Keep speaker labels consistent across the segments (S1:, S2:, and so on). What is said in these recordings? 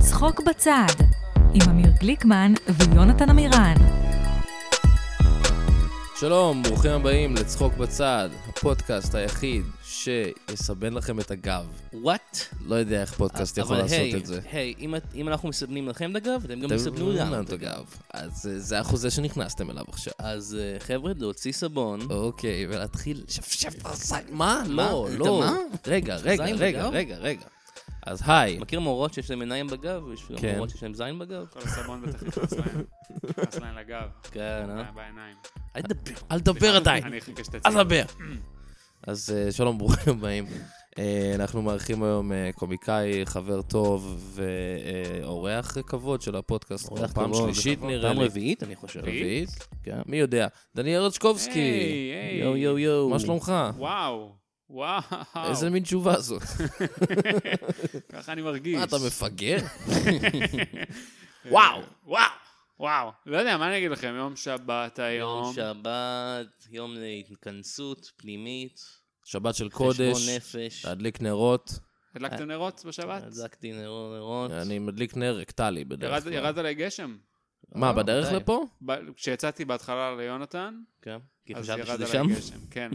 S1: צחוק בצד, עם אמיר גליקמן ויונתן עמירן.
S2: שלום, ברוכים הבאים לצחוק בצד, הפודקאסט היחיד שיסבן לכם את הגב.
S3: וואט?
S2: לא יודע איך פודקאסט יכול לעשות את זה. לא
S3: אבל היי, היי, אם את- אם אנחנו מסבנים לכם את הגב, אתם גם
S2: אתם
S3: תסבנו
S2: מבינים
S3: לנו
S2: את הגב. אז אה, זה החוזה שנכנסתם אליו עכשיו.
S3: אז אה, חבר'ה, להוציא סבון.
S2: אוקיי, ולהתחיל שפשף את הסל. מה?
S3: מה?
S2: לא,
S3: אתה
S2: לא.
S3: מה?
S2: רגע, רגע,
S3: זין
S2: רגע,
S3: בגב?
S2: רגע, רגע. אז היי.
S3: מכיר מורות שיש להן עיניים בגב? יש גם
S2: כן.
S3: מורות שיש להן זין בגב?
S4: כל הסבון בטח נכנס להם. נכנס להם לגב,
S3: כן, אה?
S4: בעיניים.
S3: אל תדבר.
S2: אל תדבר עדיין.
S4: אני אחכה שתצא.
S2: אל תדבר. Mm. אז אה, שלום, ברוכים הבאים. אה, אנחנו מארחים היום אה, קומיקאי, חבר טוב ואורח כבוד של הפודקאסט. כבר פעם
S3: כבוד.
S2: שלישית נראה
S3: נכון. פעם
S2: לי.
S3: רביעית, אני חושב.
S2: רביעית? כן, מי יודע? דניאל רצ'קובסקי,
S4: היי, היי.
S3: יואו, יואו, יואו.
S2: מה שלומך?
S4: וואו, וואו.
S2: איזה מין תשובה זאת?
S4: ככה אני מרגיש.
S2: מה, אתה מפגר?
S4: אה,
S2: וואו.
S4: וואו. וואו. לא יודע, מה אני אגיד לכם? יום שבת היום.
S3: יום שבת, יום להתכנסות פנימית.
S2: שבת של קודש,
S3: חשבון נפש.
S2: להדליק נרות.
S4: הדלקתם נרות בשבת?
S3: הדלקתי נרו- נרות.
S2: אני מדליק נר רקטלי בדרך
S4: ירד-
S2: כלל.
S4: ירד עליי גשם.
S2: מה,
S3: אה,
S2: בדרך
S3: די.
S2: לפה?
S4: ב- כשיצאתי בהתחלה ליונתן,
S3: כן. כי
S4: אז
S3: חשבתי
S4: ירד
S3: שזה
S4: עליי
S3: שם.
S4: גשם. כן.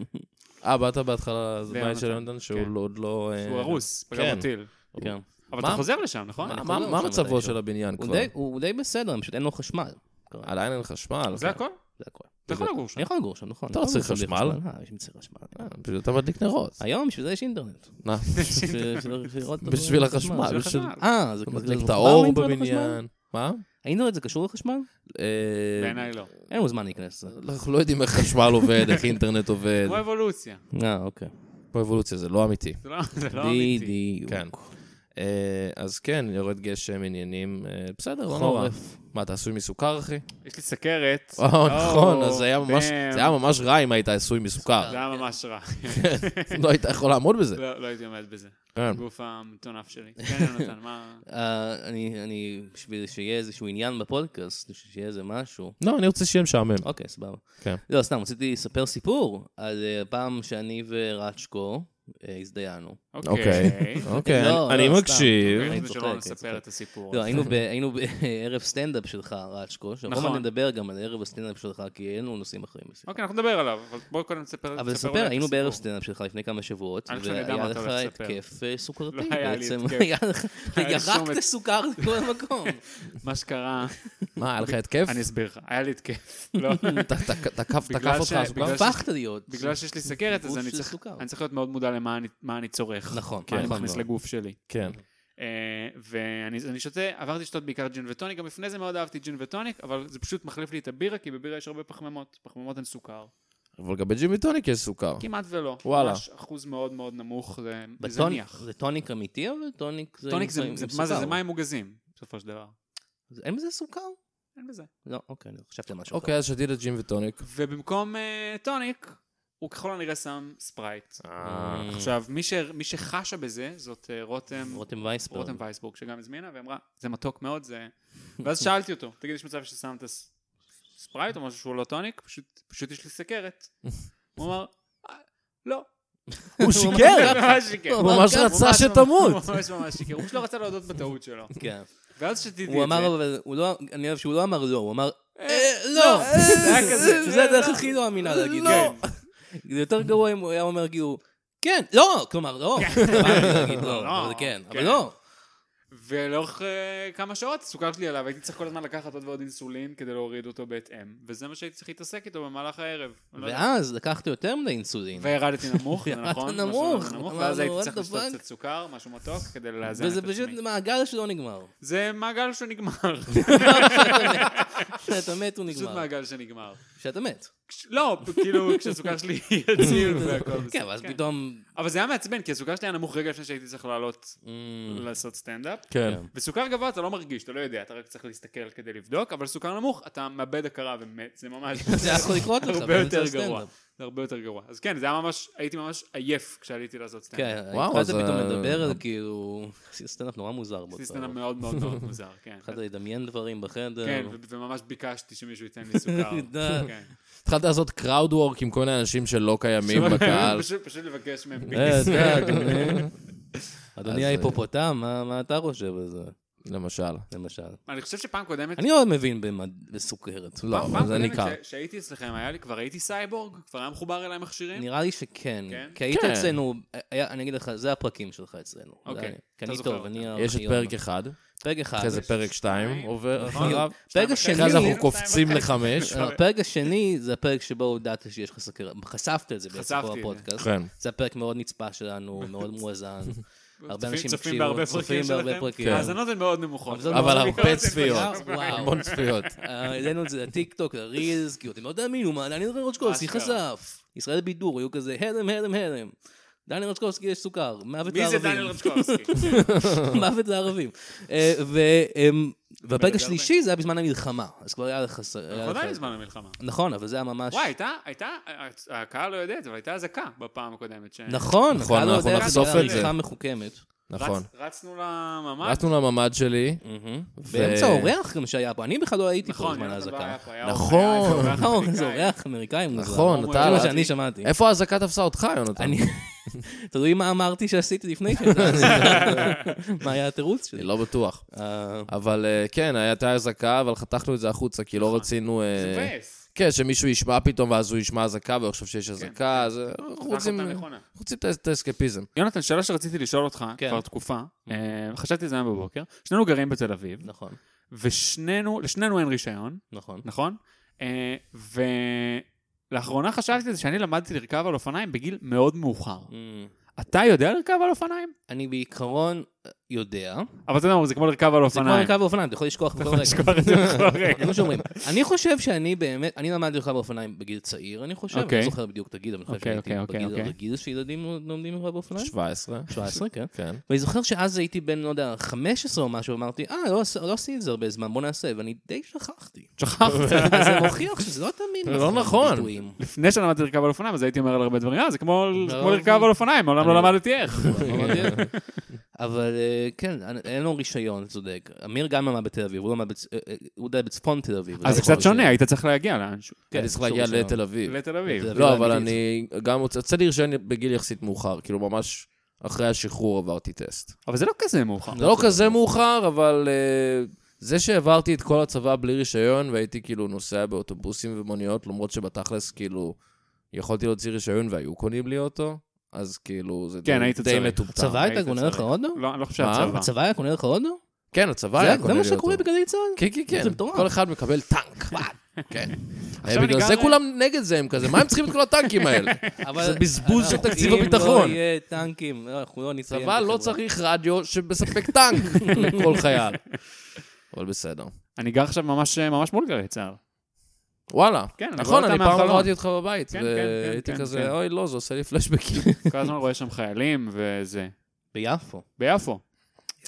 S2: אה, באת בהתחלה לבית
S4: ליונתן.
S2: של יונתן שהוא
S4: כן.
S2: לא- עוד לא... אה,
S4: הוא הרוס, פגע
S2: כן.
S4: בטיל.
S3: כן.
S4: אבל
S2: מה?
S4: אתה חוזר לשם, נכון?
S2: מה-
S3: אני
S2: מה
S3: חוזר
S2: מה
S3: לשם
S2: מצבו
S3: מתישהו.
S2: של הבניין
S3: הוא
S2: כבר?
S3: די- הוא די בסדר, פשוט אין לו חשמל.
S2: עדיין אין חשמל. כן.
S4: זה הכל?
S3: זה הכול.
S4: אתה יכול לגור שם.
S3: אני יכול לגור שם, נכון.
S2: אתה לא צריך
S3: אבל בלי
S2: חשמל.
S3: אה, יש מצריך חשמל. אה,
S2: אה, פשוט אתה מדליק נרות.
S3: היום בשביל זה יש אינטרנט.
S2: מה?
S3: בשביל- בשביל לראות את הדברים.
S2: בשביל החשמל.
S4: בשביל
S2: בשביל-
S4: החשמל.
S3: אה, זה
S2: אתה
S3: כזה-
S2: מדליק
S3: זה
S2: את
S3: מחובר
S2: האור
S3: לאינטרנט לחשמל?
S2: בבניין. מה?
S3: ראינו את זה קשור לחשמל?
S2: אה,
S4: בעיניי לא.
S3: אין לנו זמן להיכנס לזה.
S2: אנחנו לא יודעים איך חשמל עובד, איך אינטרנט עובד.
S4: כמו אבולוציה.
S3: אה, אוקיי.
S2: כמו אבולוציה, זה לא אמיתי.
S4: זה לא זה לא אמיתי.
S3: בדיוק.
S2: כן. אה, אז כן, יורד גשם, עניינים, אה, בסדר, לא נורא.
S3: חורף.
S2: מה, אתה עשוי מסוכר, אחי?
S4: יש לי סכרת.
S2: או, נכון, אז זה היה
S4: damn.
S2: ממש- זה היה ממש רע אם היית עשוי
S4: זה
S2: מסוכר.
S4: היה ממש רע.
S2: לא היית יכול לעמוד בזה.
S4: לא לא הייתי עומד בזה.
S2: כן.
S4: גוף המטונף שלי. כן, יונתן, מה...
S3: אה, אני, אני, בשביל שיהיה איזשהו עניין בפודקאסט, בשביל שיהיה איזה משהו.
S2: לא, אני רוצה שיהיה משעמם.
S3: אוקיי, סבבה.
S2: כן.
S3: לא, סתם, רציתי לספר סיפור על אה, פעם שאני ורצ'קו אה, הזדיינו.
S2: אוקיי.
S4: אוקיי.
S2: אוקיי,
S3: לא,
S2: אני
S3: לא,
S2: מקשיב.
S3: סתם.
S4: אני
S3: צוחק,
S4: שלא
S3: אני
S4: נספר
S3: צוחק.
S4: את הסיפור.
S3: לא, היינו ב- היינו בערב סטנדאפ שלך, רצ'קו, שעוד
S4: נכון.
S3: מעט נדבר גם על ערב הסטנדאפ שלך, כי אין לנו נושאים אחרים.
S4: אוקיי, אנחנו נדבר עליו, אבל בואו קודם נספר
S3: אבל
S4: תספר
S3: ספר,
S4: אולי את
S3: היינו
S4: הסיפור.
S3: בערב סטנדאפ שלך לפני כמה שבועות,
S4: אני חושב שאני יודע מה
S3: והיה
S4: אתה
S3: לך
S4: הולך לספר.
S3: התקף אה,
S4: לא
S3: סוכרתי
S4: היה לי
S3: בעצם.
S4: התקף.
S3: היה לך,
S4: היה לי שום
S3: ירקת
S4: התקף.
S3: סוכר לכל המקום.
S4: מה שקרה,
S2: מה, היה לך התקף?
S4: אוקיי. אני אסביר לך, היה לי התקף. לא.
S2: אתה- אתה- תקף
S4: בגלל
S2: תקף אותך
S4: ש-
S2: הסוכר?
S4: בגלל ש-
S3: לא הפכת להיות.
S4: בגלל שיש לי סכרת, אז
S3: גוף
S4: אני
S3: של
S4: צריך-
S3: סוכר.
S4: אני צריך להיות מאוד מודע למה אני- מה אני צורך.
S3: נכון,
S2: כן,
S4: מה אני
S2: נכון
S4: מכניס
S2: מאוד.
S4: לגוף שלי.
S2: כן.
S4: אה, ואני אני שותה, עברתי לשתות בעיקר ג'ין וטוניק, גם לפני זה מאוד אהבתי ג'ין וטוניק, אבל זה פשוט מחליף לי את הבירה, כי בבירה יש הרבה פחמימות, פחמימות הן סוכר.
S2: אבל גם בג'ימי טוניק יש סוכר.
S4: כמעט ולא.
S2: וואלה.
S4: ממש אחוז מאוד מאוד נמוך, זה זה
S3: אוקיי. בטוניק-
S4: זניח.
S3: זה טוניק אמיתי, אבל טוניק זה...
S4: טוניק
S3: עם-
S4: זה,
S3: עם
S4: זה- מה זה,
S3: סוכר.
S4: זה מים מוגזים, בסופו של דבר.
S3: זה- אין בזה סוכר?
S4: אין בזה.
S3: לא, אוקיי, אני חשבתי על משהו אחר.
S2: אוקיי, אז שתיתי ג'ים וטוניק.
S4: ובמקום אה, טוניק, הוא ככל הנראה שם ספרייט.
S2: אה,
S4: עכשיו, מי, ש, מי שחשה בזה, זאת אה, רותם,
S3: רותם וייסברג.
S4: רותם וייסבורג, שגם הזמינה, ואמרה, זה מתוק מאוד, זה... ואז שאלתי אותו, תגיד, יש מצב ששמת ס- ספרייט או משהו שהוא לא טוניק? פשוט, פשוט יש לי סכרת. הוא אמר, "אה, לא.
S2: הוא
S3: שיקר!
S4: ממש שיקר.
S3: הוא
S2: הוא ממש
S3: אמר,
S2: רצה
S4: ממש,
S2: שתמות.
S4: הוא ממש ממש שיקר. הוא פשוט לא רצה להודות בטעות שלו.
S3: כן.
S4: ואז שתיתי את זה.
S3: הוא אמר, אבל הוא לא... אני אוהב שהוא לא אמר לא, הוא אמר...
S4: "אה,
S3: לא!
S4: זה היה כזה,
S3: זה
S4: "אה,
S3: הדרך
S4: לא."
S3: הכי לא אמינה להגיד.
S4: כן.
S3: זה יותר גרוע אם הוא היה אומר כאילו, כן, לא, כלומר, לא.
S4: כן.
S3: מה אני אגיד לא,
S4: לא,
S3: אבל כן, אבל
S4: כן.
S3: לא.
S4: ולאורך אה, כמה שעות הסוכר שלי עליו, הייתי צריך כל הזמן לקחת עוד ועוד אינסולין כדי להוריד אותו בהתאם, וזה מה שהייתי צריך להתעסק איתו במהלך הערב. אני לא יודע.
S3: ואז לקחת יותר מדי אינסולין.
S4: וירדתי נמוך, זה נכון?
S3: ירדת
S4: משהו
S3: נמוך,
S4: ואז
S3: אמרנו,
S4: הייתי צריך
S3: what the
S4: לשתות
S3: fuck?
S4: קצת סוכר, משהו מתוק, כדי לאזן את
S3: וזה
S4: עצמי.
S3: פשוט מעגל שלא נגמר.
S4: זה מעגל שנגמר.
S3: כשאתה מת הוא
S4: פשוט
S3: נגמר.
S4: מעגל שנגמר.
S3: כשאתה מת.
S4: כש- לא, פ- כאילו, כשהסוכר שלי יציב והכל בסדר.
S3: כן, ואז
S4: כן.
S3: פתאום...
S4: אבל זה היה מעצבן, כי הסוכר שלי היה נמוך רגע לפני שהייתי צריך לעלות
S3: אמ,
S4: לעשות סטנדאפ.
S2: כן.
S4: וסוכר גבוה אתה לא מרגיש, אתה לא יודע, אתה רק צריך להסתכל כדי לבדוק, אבל סוכר נמוך, אתה מאבד הכרה ומת, זה ממש...
S3: זה יכול לקרות לך.
S4: הרבה
S3: באמצע
S4: יותר
S3: הסטנדאפ.
S4: גרוע. זה הרבה יותר גרוע. אז כן, זה היה ממש, הייתי ממש עייף כשעליתי לעשות סטנדאפ.
S3: כן,
S2: וואו,
S3: התחלת
S2: אז,
S3: פתאום
S2: אה,
S3: לדבר על כאילו... עשית סטנדאפ נורא מוזר
S4: עשיתי
S3: בצד.
S4: סטנדאפ מאוד מאוד מאוד מוזר, כן.
S3: התחלת לדמיין דברים בחדר.
S4: כן, ו- וממש ביקשתי שמישהו ייתן לי סוכר.
S3: די.
S4: כן.
S2: התחלת לעשות קראוד וורק עם כל מיני אנשים שלא קיימים בקהל.
S4: פשוט- פשוט לבקש מהם
S3: אה,
S4: ביס.
S3: אתה, אדוני. אדוני
S2: אז, אה,
S3: ההיפופוטם, מה מה אתה חושב על זה?
S2: למשל.
S3: למשל.
S4: אני חושב שפעם קודמת...
S3: אני לא מבין במד- בסוכרת.
S2: לא,
S4: פעם
S2: זה
S4: קודמת
S2: ניכר.
S4: ש- שהייתי אצלכם, היה לי, כבר הייתי סייבורג? כבר היה מחובר אליי מכשירים?
S3: נראה לי שכן.
S4: כן?
S3: כי היית
S2: כן.
S3: אצלנו, היה- אני אגיד לך, זה הפרקים שלך אצלנו.
S4: אוקיי,
S3: זה אני- כי
S4: אתה
S3: אני
S4: זוכר
S3: טוב,
S4: אותם.
S3: אני...
S2: יש את
S3: הארכיון.
S2: פרק אחד,
S3: פרק לא אחד.
S2: אחרי זה
S4: יש
S2: פרק שתיים
S4: שתיים,
S2: עובר
S4: נכון.
S2: אחריו,
S4: שתיים
S3: ברגע
S4: וחצי,
S2: אחרי זה
S4: שתיים
S2: אנחנו
S4: וחצי.
S2: קופצים לחמש.
S4: שתיים.
S3: הפרק השני זה הפרק שבו הודעת שיש לך סוכרת. חשפת את זה בעצם
S4: חשפתי,
S3: פה
S4: כן.
S3: בפודקאסט.
S2: כן.
S3: זה הפרק מאוד נצפה שלנו, מאוד מואזן. הרבה
S4: צופים-
S3: אנשים
S4: צופים
S3: הקשיבו,
S4: בהרבה
S3: צופים
S4: פרקים
S3: בהרבה
S4: שלכם?
S3: פרקים.
S4: כן. ההאזנות הן מאוד נמוכות.
S3: אבל זה
S2: אבל
S3: מאוד
S2: הרבה
S4: מאוד
S2: צפיות,
S4: נפלא. וואו.
S2: המון צפיות.
S3: אה, העלינו את זה לטיקטוק, לרילס, כאילו, אתם לא תאמינו, מה, דניאל רוצ'קובסקי
S4: אשכרה.
S3: חשף. ישראל בידור, היו כזה, הלם, הלם, הלם. דניאל רוצ'קובסקי יש סוכר, מוות
S4: מי זה
S3: לערבים.
S4: דניאל רצ'קובסקי?
S3: מוות לערבים. אה, ו- אמ, והפרק
S4: הרבה.
S3: השלישי זה היה בזמן המלחמה, אז כבר היה לך... ס- היה
S4: אנחנו
S3: לך-
S4: עדיין בזמן המלחמה.
S3: נכון, אבל זה היה ממש...
S4: וואי, הייתה, הייתה, הקהל לא יודע את זה, אבל הייתה אזעקה בפעם הקודמת. ש-
S3: נכון,
S2: נכון,
S3: הקהל לא
S2: אנחנו
S3: יודע
S4: נחשוף
S3: שזה
S4: את זה.
S3: עריכה מחוכמת.
S4: רצ-
S2: נכון.
S4: רצנו לממ"ד.
S2: רצנו לממ"ד שלי, ו-
S3: באמצע האורח גם שהיה פה, אני בכלל לא הייתי פה בזמן
S4: יונתן לא
S3: האזעקה.
S4: היה פה, היה
S2: נכון.
S4: אורח, היה איזה
S3: נכון,
S4: אורח
S3: זה
S4: אמריקאי.
S3: אורח אמריקאי מוזר.
S2: נכון,
S4: הוא
S2: אתה...
S3: זה מה
S4: אמר-
S3: שאני שמעתי.
S2: איפה האזעקה תפסה אותך, יונתן?
S3: אני... תלוי מה אמרתי שעשיתי לפני שאתה... מה היה התירוץ
S2: אני
S3: שלי?
S2: לא בטוח.
S3: אה,
S2: אבל אה, כן, הייתה אזעקה, אבל חתכנו את זה החוצה, כי לא רצינו... אה,
S4: זה מבאס.
S2: כן, שמישהו ישמע פתאום, ואז הוא ישמע אזעקה והוא יחשוב
S4: כן,
S2: שיש אזעקה, אז אה, אנחנו
S4: החלטה
S2: רוצים-
S4: נכונה.
S2: אנחנו רוצים את ה- את האסקפיזם.
S4: יונתן, שאלה שרציתי לשאול אותך
S3: כן.
S4: כבר תקופה. אה, חשבתי על זה היום בבוקר. שנינו גרים בתל אביב,
S3: נכון,
S4: ושנינו, לשנינו אין רישיון,
S3: נכון.
S4: נכון? אה, ולאחרונה חשבתי על זה שאני למדתי לרכב על אופניים בגיל מאוד מאוחר.
S3: אמ,
S4: אתה יודע לרכב על אופניים?
S3: אני בעיקרון אה, יודע.
S4: אבל אתה יודע מה, זה כמו לרכב על
S3: זה כמו
S4: אופניים.
S3: רכב באופניים, אתה יכול לשכוח בכל רגע.
S4: כבר את זה בכל רגע.
S3: זה מה שאומרים. אני חושב שאני באמת, אני למדתי לרכב באופניים בגיל צעיר, אני חושב, אני
S4: אוקיי.
S3: לא זוכר בדיוק את הגיל, אבל אני חושב
S4: אוקיי,
S3: שהייתי
S4: אוקיי, אוקיי,
S3: בגיל
S4: אוקיי.
S3: הרגיל שילדים לומדים לרכב באופניים.
S2: 17.
S3: 17, כן.
S2: כן.
S3: ואני זוכר שאז הייתי בן, לא יודע, 15 או משהו, אמרתי, אה, לא עש- לא עשיתי את זה הרבה זמן, בוא נעשה, ואני די שכחתי.
S4: שכחת.
S3: זה מוכיח שזה לא
S2: זה
S3: תמיד
S2: לא נכון.
S3: ביטויים.
S4: לפני שלמדתי לרכב על אופניים, אז הייתי אומר על הרבה דברים, אה, זה כמו זה כמו לרכב
S3: אבל-
S4: על אופניים, מעולם לא
S3: אני-
S4: למדתי איך.
S3: אבל אה, כן, אני- אין לו רישיון, צודק. אמיר גם למד בתל אביב, הוא למד בצ- אה, אה, הוא די בצפון תל אביב.
S4: אז זה
S3: לא
S4: קצת
S3: יכול
S4: שונה,
S3: להיות.
S4: היית צריך להגיע לאנשהו.
S3: כן,
S2: אני צריך להגיע
S3: שוב,
S2: לתל אביב.
S4: לתל אביב.
S3: לתל אביב.
S2: לא, אבל
S3: האמיתית.
S2: אני גם רוצה... יצא לי רישיון בגיל יחסית מאוחר, כאילו ממש אחרי השחרור עברתי טסט.
S4: אבל זה לא כזה מאוחר.
S2: זה לא כזה מאוחר, אבל אה, זה שהעברתי את כל הצבא בלי רישיון, והייתי כאילו נוסע באוטובוסים ומוניות, למרות שבתכלס כאילו יכולתי להוציא רישיון והיו קונים לי אותו, אז כאילו זה
S4: כן,
S2: די-
S4: היית
S2: די
S4: צריך.
S2: מטומטם.
S3: הצבא הייתה
S4: היית
S3: קונה
S4: צריך.
S3: לך הודו?
S4: לא, אני לא חושב
S2: מה?
S4: שהצבא.
S3: הצבא היה קונה לך הודו?
S2: כן, הצבא
S3: זה
S2: היה
S3: זה
S2: קונה לי
S3: מה
S2: אותו.
S3: שקורה בגלי צה"ל?
S2: כן, כן, כן.
S3: זה מטורף.
S2: כל אחד מקבל טנק. כן.
S4: עכשיו
S2: בגלל
S4: אני
S2: זה
S4: גם-
S2: כולם נגד זה, הם כזה, מה הם צריכים את כל הטנקים האלה?
S3: אבל-
S2: זה בזבוז של
S3: אנחנו-
S2: תקציב
S3: אם לא
S2: הביטחון.
S3: יהיה טנקים, לא, אנחנו לא נסיים.
S2: צבא לא
S3: בחברה.
S2: צריך רדיו שמספק טנק לכל חייל. אבל בסדר.
S4: אני גר עכשיו ממש ממש מול גלי צהר.
S2: וואלה.
S4: כן, אני
S2: נכון,
S4: רואה
S2: אני
S4: אותם
S2: פעם
S4: מהחלון.
S2: ראיתי אותך בבית,
S4: כן, כן,
S2: והייתי
S4: כן, כן,
S2: כזה,
S4: כן.
S2: אוי, לא, זה עושה לי פלשבקים.
S4: כל הזמן רואה שם חיילים וזה.
S3: ביפו.
S4: ביפו.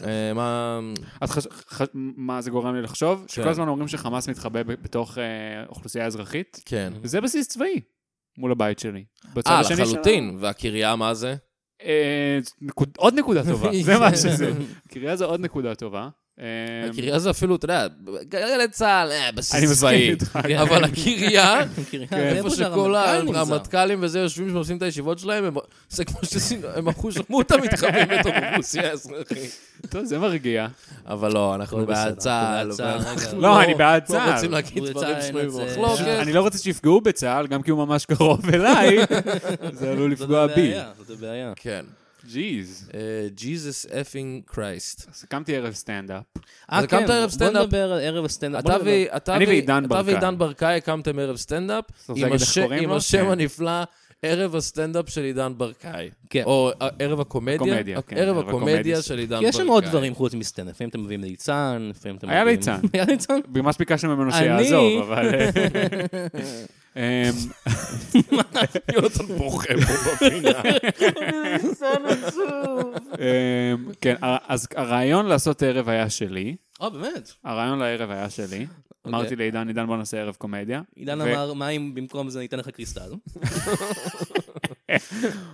S2: אה, מה...
S4: אז חש- ח- מה זה גורם לי
S2: כן.
S4: לחשוב? שכל הזמן אומרים שחמאס מתחבא ב- בתוך אה, אוכלוסייה אזרחית.
S2: כן.
S4: זה בסיס צבאי מול הבית שלי. בצד
S2: אה,
S4: השני של-
S2: לחלוטין. והקריה, מה זה?
S4: אה, נקוד- עוד נקודה טובה,
S3: כן,
S4: זה מה שזה. קריה זה עוד נקודה טובה. אה,
S2: הקריה זה אפילו, אתה יודע, גלי צה"ל, אה,
S4: אני
S2: בסיס צבאי.
S4: מסכים איתך. כן.
S2: אבל הקריה,
S3: מכירים?
S2: כן, איפה שכל הרמטכ"לים וזה יושבים שעושים את הישיבות שלהם, הם- זה כמו שעשינו, הם אחוז שמוטה מתחבאים בתוך אוכלוסייה האזרחית.
S4: טוב, זה מרגיע.
S2: אבל לא, אנחנו
S3: הכל בסדר,
S2: בעד
S3: הכל
S2: צה"ל.
S3: בעד צה"ל,
S2: ואנחנו
S3: רגע.
S4: לא, אני בעד
S2: לא
S4: צה"ל.
S2: רוצים להגיד
S3: הוא יצא
S2: דברים
S3: עם
S2: שנויים
S3: את זה.
S2: במחלוקת.
S4: אני לא רוצה שיפגעו בצה"ל, גם כי הוא ממש קרוב אליי, זה עלול לפגוע בי.
S3: זאת הבעיה.
S2: כן. אה,
S4: ג'יז.
S2: ג'יזוס אפינג קרייסט.
S4: אז קמתי ערב סטנדאפ.
S3: אה,
S2: אז הקמת
S3: כן,
S2: ערב
S3: בוא
S2: סטנדאפ.
S3: נדבר על ערב הסטנדאפ.
S2: אתה
S3: בוא נדבר.
S2: ו- אתה
S4: אני
S2: ו-
S4: ועידן
S2: אתה
S4: ברקאי.
S2: ועידן ברקאי הקמתם ערב סטנדאפ,
S4: רוצה
S2: עם
S4: להגיד איך
S2: הש-
S4: קוראים
S2: עם
S4: לו?
S2: השם
S4: כן.
S2: הנפלא, ערב הסטנדאפ של עידן ברקאי.
S3: כן.
S2: או אה, ערב הקומדיה. אוקיי,
S4: הקומדיה, כן,
S2: ערב
S4: ערב
S2: הקומדיה
S4: הקומדיה.
S2: של עידן ברקאי.
S3: כי יש שם עוד דברים חוץ מסטנדאפ. לפעמים אתם מביאים ליצן, לפעמים אתם
S4: היה
S3: מביאים...
S4: ליצן.
S3: היה ליצן?
S4: ממש ביקשנו ממנו
S3: אני-
S4: שיעזוב, אבל... אמ,
S2: יונתן בוכה פה בפינה.
S4: אמ, כן, ה- אז הרעיון לעשות ערב היה שלי.
S3: אה, באמת?
S4: הרעיון לערב היה שלי. אמרתי לעידן, עידן בוא נעשה ערב קומדיה.
S3: אוקיי. עידן
S4: ו-
S3: אמר, מה אם במקום זה ניתן לך קריסטל?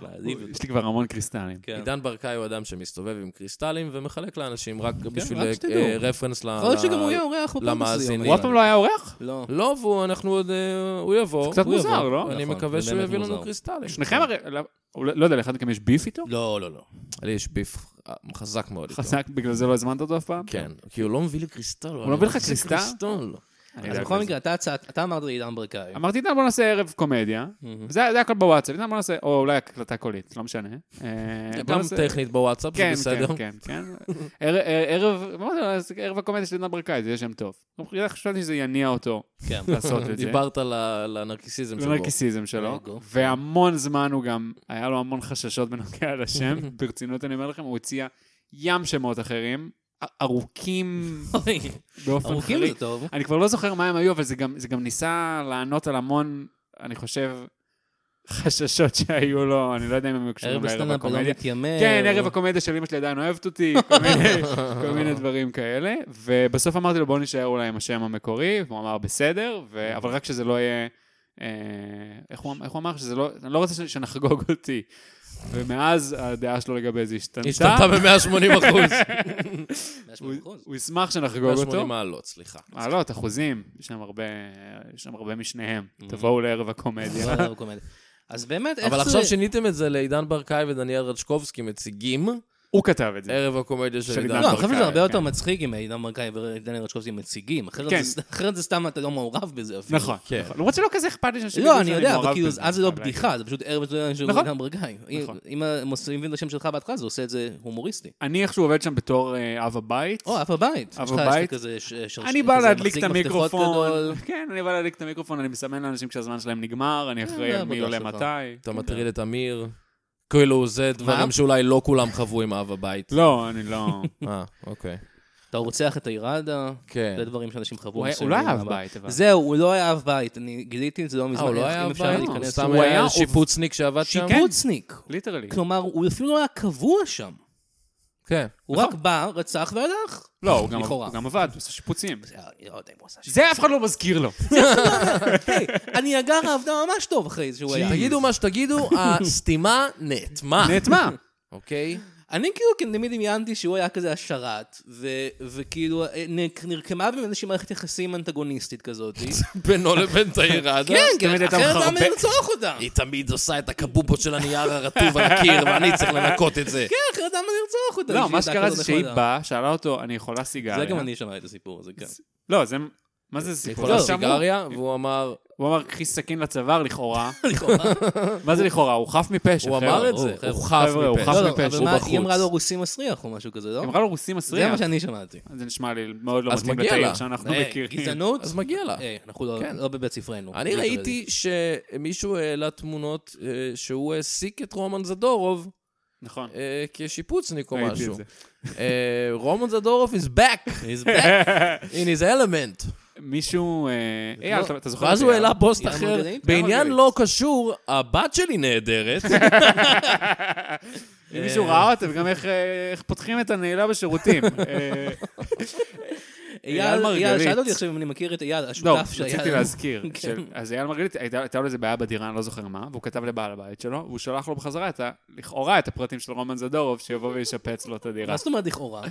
S3: מעליב אותו.
S4: יש לי כבר המון קריסטלים.
S3: כן.
S2: עידן ברקאי הוא אדם שמסתובב עם קריסטלים ומחלק לאנשים רק
S4: כן,
S2: בשביל
S3: רק
S2: אה,
S3: שתדעו.
S2: אה, רפרנס ל...
S3: יכול להיות שגם
S2: ל-
S3: הוא יהיה אורח בפודקאסט
S2: לא, למאזינים.
S4: הוא אף פעם לא היה אורח?
S3: לא.
S2: לא, והוא, אנחנו עוד... אה, הוא יבוא.
S4: זה קצת
S2: הוא
S4: מוזר,
S2: יבוא.
S4: לא?
S2: אני
S3: נכון,
S2: מקווה
S3: זה
S2: שהוא
S3: באמת
S2: יביא לנו
S3: מוזר.
S2: קריסטלים.
S4: שניכם הרי... לא- לא יודע, לאחד מכם יש ביף איתו?
S3: לא, לא, לא.
S2: לי יש ביף חזק מאוד איתו.
S4: חזק, בגלל זה לא הזמנת אותו אף פעם?
S2: כן, כי הוא לא מביא לי קריסטל.
S4: לא מביא לך קריסטל? אני
S3: אז
S4: יודע
S3: כן, בכל
S4: בזה.
S3: מקרה, אתה הצעת- אתה אמרת לי עידן ברקאי.
S4: אמרתי, איתן, בוא נעשה ערב קומדיה. זה זה הכל בוואטסאפ, איתן, בוא נעשה, או אולי הקלטה קולית, לא משנה. אה, בוא
S2: גם
S4: נעשה-
S2: טכנית בוואטסאפ, זה
S4: כן,
S2: בסדר.
S4: כן, כן, כן. ער- אה, ערב, מה זה, ערב הקומדיה של עידן ברקאי, זה יהיה שם טוב. מבחינת חשבתי שזה יניע אותו
S3: כן.
S4: לעשות את זה.
S2: דיברת ל- לנרקיסיזם שלו.
S4: לנרקיסיזם שלו,
S3: אגו.
S4: והמון זמן הוא גם, היה לו המון חששות בנוגע לשם, ברצינות אני אומר לכם, הוא הציע ים שמות אחרים, א- ארוכים
S3: אוי,
S4: באופן
S3: ארוכים
S4: חריג.
S3: זה טוב.
S4: אני כבר לא זוכר מה הם היו, אבל זה גם, זה גם ניסה לענות על המון, אני חושב, חששות שהיו לו, אני לא יודע אם הם היו קשורים
S3: ערב
S4: לערב
S3: הסטנדאפ לא
S4: הקומדיה.
S3: מתיימר.
S4: כן, ערב
S2: אה,
S4: הקומדיה של אמא שלי עדיין אוהבת אותי, כל מיני- כל מיני דברים כאלה. ובסוף אמרתי לו, בוא נישאר אולי עם השם המקורי, והוא אמר, בסדר,
S2: כן.
S4: ו- אבל רק שזה לא יהיה... אה, איך הוא איך הוא אמר? שזה לא... אני לא רוצה ש- שנחגוג אותי. ומאז הדעה שלו לגבי זה השתנתה.
S2: השתנתה ב-180 אחוז.
S3: 180 אחוז.
S4: הוא ישמח שנחגוג אותו.
S2: 180 מעלות, סליחה.
S4: מעלות, אחוזים, יש שם הרבה, יש שם הרבה משניהם.
S2: Mm.
S4: תבואו לערב
S3: לא
S4: הקומדיה.
S3: ערב הקומדיה. אז באמת, איך
S2: אבל
S3: זה...
S2: עכשיו שיניתם את זה לעידן ברקאי ודניאל רצ'קובסקי מציגים
S4: הוא כתב את זה.
S2: ערב הקומדיה של
S4: כן. של
S2: עידן
S4: עידן
S3: לא, אני
S2: ברקאי.
S3: חושב שזה הרבה
S4: כן.
S3: יותר מצחיק אם עידן ברקאי ודניאל רצ'קובסקי מציגים. אחרת
S4: כן.
S3: זה- אחרת זה סתם אתה לא מעורב בזה אפילו.
S4: נכון,
S2: כן.
S4: נכון. למרות שלא כזה אכפת לי שאני
S3: לא, אני יודע, אבל
S4: מעורב
S3: כאילו,
S4: בזה,
S3: אז זה לא
S4: אבל-
S3: בדיחה, זה פשוט ערב מצוין של
S4: נכון.
S3: עידן ברקאי.
S4: נכון.
S3: אם אם מוסיפים את השם שלך בהתחלה, זה עושה את זה הומוריסטי.
S4: אני איכשהו עובד שם בתור אה, אב הבית.
S3: או, אף הבית. יש
S4: אף
S3: לך- יש לך
S4: הבית.
S3: כזה ש- ש-
S4: אני בא
S3: כזה
S4: להדליק את
S3: מחזיק מפתחות גדול.
S4: המיקרופון. כן, אני בא להדליק את המיקרופון, אני מסמן לאנשים כשהזמן שלהם נגמר, אני אחראי
S3: אה, זה
S4: על מי
S3: העבודה
S4: עולה
S3: שלך.
S4: מתי.
S2: אתה מטריד את אמיר. כאילו, זה דברים שאולי לא כולם חוו עם אב הבית.
S4: לא, אני לא...
S2: אה, אוקיי.
S3: אתה רוצח את האיראדה.
S2: כן.
S3: זה דברים שאנשים חוו.
S4: הוא היה-
S3: מסוימים
S4: הוא לא היה
S3: עם
S4: אב בית, אבל.
S3: זהו, הוא לא היה אב בית. אני גיליתי את זה לא מזמן.
S2: אה, הוא לא
S3: איך-
S2: היה
S3: אם
S2: אב
S3: אפשר
S2: בית? הוא
S3: להיכנס-
S2: סתם
S4: הוא היה
S2: היה
S4: עובד-
S2: שיפוצניק שעבד שם?
S4: כן.
S3: קיבוצניק.
S4: ליטרלי.
S3: כלומר, הוא אפילו לא היה קבוע שם.
S2: כן.
S3: הוא
S4: נכון.
S3: רק בא, רצח והלך.
S4: לא, הוא גם-
S3: לכאורה.
S4: הוא גם עבד, הוא עושה שיפוצים.
S3: לא יודע אם הוא עשה
S4: זה אף אחד לא מזכיר לו.
S3: היי, אני הגר עבדה ממש טוב אחרי זה שהוא היה.
S2: תגידו מה שתגידו, הסתימה נאטמה.
S4: נאטמה.
S2: אוקיי?
S3: אני כאילו כן, תמיד דמיינתי שהוא היה כזה השרת, ו- וכאילו אה, נק- נרקמה בין איזושהי מערכת יחסים אנטגוניסטית כזאת.
S2: בינו לבין תאיר עדה.
S3: כן,
S4: תמיד
S3: כן,
S4: הייתה
S3: אחרת למה
S4: מחרבנת.
S3: לרצוח אותה?
S2: היא תמיד עושה את הקבובות של הנייר הרטוב על הקיר, ואני צריך לנקות את זה.
S3: כן, אחרת למה לרצוח אותה?
S4: לא,
S3: שהיא
S4: מה
S3: הייתה
S4: שקרה
S3: כזאת
S4: זה שהיא
S3: נחמדה.
S4: באה, שאלה אותו, אני יכולה סיגריה.
S3: זה גם לא, אני שמע את הסיפור הזה, כן.
S4: לא, זה... מה זה סיפור?
S2: כל
S3: לא,
S2: הסיגריה, והוא אמר,
S4: הוא אמר, קחי סכין לצוואר, לכאורה.
S3: לכאורה.
S4: מה זה לכאורה? הוא חף מפשע,
S2: הוא אמר את זה,
S3: חבר'ה,
S2: הוא חף
S4: חבר'ה, הוא
S2: מפשע.
S4: חף
S3: לא, לא,
S4: מפשע,
S3: אבל
S2: הוא
S3: מה, היא
S2: בחוץ.
S3: אמרה לו רוסי מסריח או משהו כזה, לא?
S4: היא אמרה לו רוסי
S3: זה מה
S4: מסריח. אה,
S3: שאני שמעתי.
S4: זה נשמע לי מאוד לא
S2: אז
S4: מתאים
S2: מגיע
S4: לתאיר
S2: לה.
S4: שאנחנו
S3: אה,
S4: מכירים.
S3: גזענות?
S2: אז מגיע לה.
S3: אה, אנחנו לא-
S2: כן.
S3: לא בבית ספרנו.
S2: אני ראיתי שמישהו העלה תמונות אה, שהוא העסיק את רומן זדורוב
S4: נכון.
S2: אה, כשיפוצניק או
S4: ראיתי את
S2: משהו.
S4: זה.
S2: אה, רומן זדורוב is back
S3: He's back.
S2: in his element.
S4: מישהו... אה, אייל, אתה אתה זוכר?
S2: ואז
S4: את
S2: הוא
S4: אייל?
S2: העלה פוסט
S3: אייל
S2: אחר,
S3: מרגלית?
S2: בעניין
S4: מרגלית.
S2: לא קשור, הבת שלי נהדרת.
S4: אם מישהו ראה אותם, גם איך, אה, איך פותחים את הנעילה בשירותים. אה,
S3: אייל אייל
S4: מרגלית.
S3: שאל אותי עכשיו אם אני מכיר את אייל,
S4: לא,
S3: השותף שהיה...
S4: רציתי
S3: לנו.
S4: להזכיר.
S3: כן.
S4: של- אז אייל מרגלית, הייתה הייתה לו איזה בעיה בדירה, אני לא זוכר מה, והוא כתב לבעל הבית שלו, והוא שלח לו בחזרה את ה... לכאורה את הפרטים של רומן זדורוב, שיבוא וישפץ לו את הדירה.
S3: מה זאת אומרת לכאורה?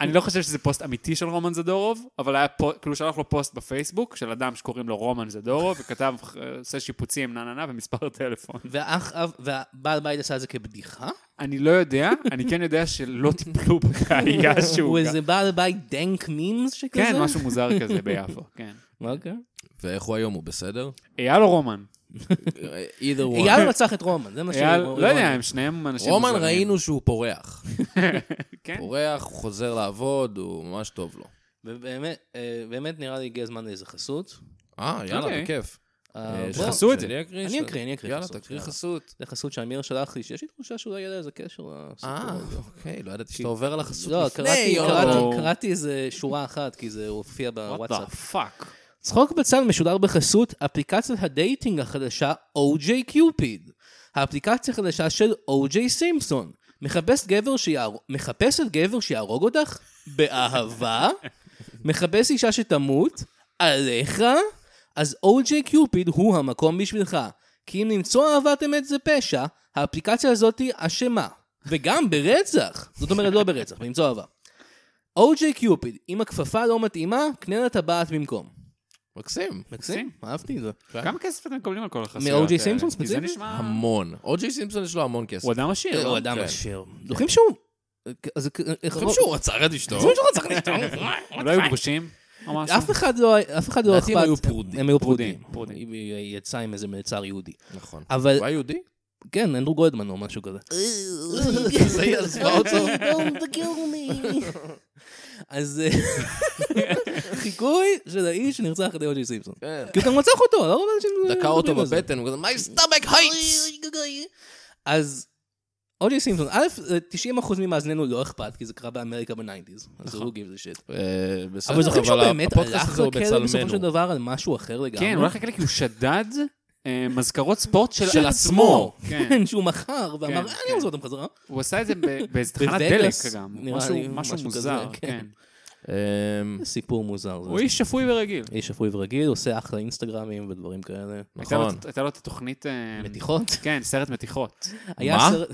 S4: אני לא חושב שזה פוסט אמיתי של רומן זדורוב, אבל היה פוסט, כאילו שלח לו פוסט בפייסבוק של אדם שקוראים לו רומן זדורוב, וכתב, אה, עושה שיפוצים, נה נה נה, ומספר טלפון.
S3: והאח, אב- והבעל בית עשה את זה כבדיחה?
S4: אני לא יודע, אני כן יודע שלא טיפלו בבעיה שהוא
S3: הוא
S4: גם.
S3: איזה בעל בית דנק מימס שכזה?
S4: כן, משהו מוזר כזה ביפו, כן.
S3: אוקיי.
S2: ואיך הוא היום, הוא בסדר?
S4: אייל או רומן?
S2: either one.
S3: אייל רצח את רומן, זה מה ש...
S4: אייל, לא יודע, הם שניהם אנשים
S2: רומן
S4: מוזרים.
S2: ראינו שהוא פורח.
S4: כן.
S2: פורח, הוא חוזר לעבוד, הוא ממש טוב לו.
S3: ובאמת, אה, באמת נראה לי הגיע הזמן לאיזה חסות.
S2: אה, יאללה,
S4: אוקיי.
S2: בכיף.
S3: אה,
S2: אה,
S3: בוא,
S4: חסות?
S2: שאני אקריא?
S3: אני אקריא, אני אקריא
S2: יאללה,
S3: חסות,
S2: תקריא
S3: יאללה.
S2: חסות.
S3: זה חסות שאמיר שלח לי, שיש לי תחושה שאולי יהיה לה איזה קשר לסיפור
S2: אה,
S3: הזה.
S2: אוקיי, לא ידעתי שאתה עובר על החסות
S3: לא, קראתי-
S2: לפני. אה, או-
S3: קראתי-
S4: או-
S3: קראתי איזה שורה אחת, כי זה הופיע
S4: What
S3: בוואטסאפ.
S4: the fuck?
S3: צחוק בצד משודר בחסות אפליקציית הדייטינג החדשה OJ Cupid. האפליקציה החדשה של OJ סימפסון. מחפש גבר שיהר... מחפשת גבר שיהרוג אותך? באהבה? מחפש אישה שתמות? עליך? אז OJ Cupid הוא המקום בשבילך. כי אם למצוא אהבת אמת זה פשע, האפליקציה הזאת אשמה. וגם ברצח. זאת אומרת לא ברצח, למצוא אהבה. OJ Cupid, אם הכפפה לא מתאימה, קנה לה טבעת במקום.
S2: מקסים. כן.
S3: מקסים, אהבתי את זה.
S4: כמה כסף אתם מקבלים על כל החסויות
S3: מ-O.J.
S4: האלה?
S3: סימפסון
S4: כי זה
S3: ספציפית?
S4: נשמע...
S2: המון. אוג'י סימפסון יש לו המון כסף.
S4: אה. הוא אדם עשיר.
S3: הוא
S4: לא?
S3: אדם
S2: כן.
S3: עשיר. זוכרים שהוא אז אה,
S2: חושב שהוא רצח את אשתו.
S3: חושבים שהוא רצח נשתו.
S4: לא היו גרושים או משהו?
S3: אף אחד לא אף אחד לא אכפת.
S2: לדעתי הם היו פרודים.
S3: הם היו
S4: פרודים,
S3: פרודים.
S4: פרודים.
S3: היא- היא יצאה עם איזה מלצר יהודי.
S2: נכון.
S3: אבל
S2: הוא היה יהודי?
S3: כן, אנדרו גולדמן או משהו כזה.
S5: זה יעזבה אותו. Don't kill me.
S3: אז אה, חיקוי של האיש שנרצח על ידי אוג'י סימפסון.
S2: כן.
S3: כי הוא גם רצח אותו, לא רוב האנשים...
S2: דקר
S3: מדברים
S2: אותו
S3: על זה.
S2: בבטן, הוא כזה, my stomach hates!
S3: אז אוג'י סימפסון, א', 90% ממאזנינו לא אכפת, כי זה קרה באמריקה בניינטיז. אז
S2: נכון.
S3: הוא גיב זה שיט.
S2: אה, בסדר,
S3: אבל זוכרים שהוא
S2: ה-
S3: באמת
S2: הפודקאסט
S3: הלך
S2: הזה הוא
S3: לכלא בסופו של
S2: בצלמנו.
S3: דבר על משהו אחר לגמרי.
S4: כן, הוא הולך לכלא כי הוא שדד אה, מזכרות ספורט של,
S3: של עצמו.
S4: כן.
S3: כן, שהוא מכר, ואמר,
S4: כן,
S3: "אה,
S4: כן.
S3: אני רוצה אותם חזרה.
S4: הוא עשה את זה ב- באיזה תחנת דלק
S3: בווגאס,
S4: גם.
S3: נראה
S4: משהו-
S3: לי,
S4: משהו
S3: משהו
S4: מוזר,
S3: כזה,
S4: כן.
S3: כן.
S2: אמ,
S3: זה סיפור מוזר. זה
S4: הוא איש שפוי ורגיל.
S3: איש שפוי ורגיל, עושה אחלה אינסטגרמים ודברים כאלה.
S4: הייתה לו-
S2: נכון.
S4: הייתה לו את התוכנית... אה,
S3: מתיחות.
S4: כן, סרט מתיחות.
S3: היה
S2: מה?
S3: סרט-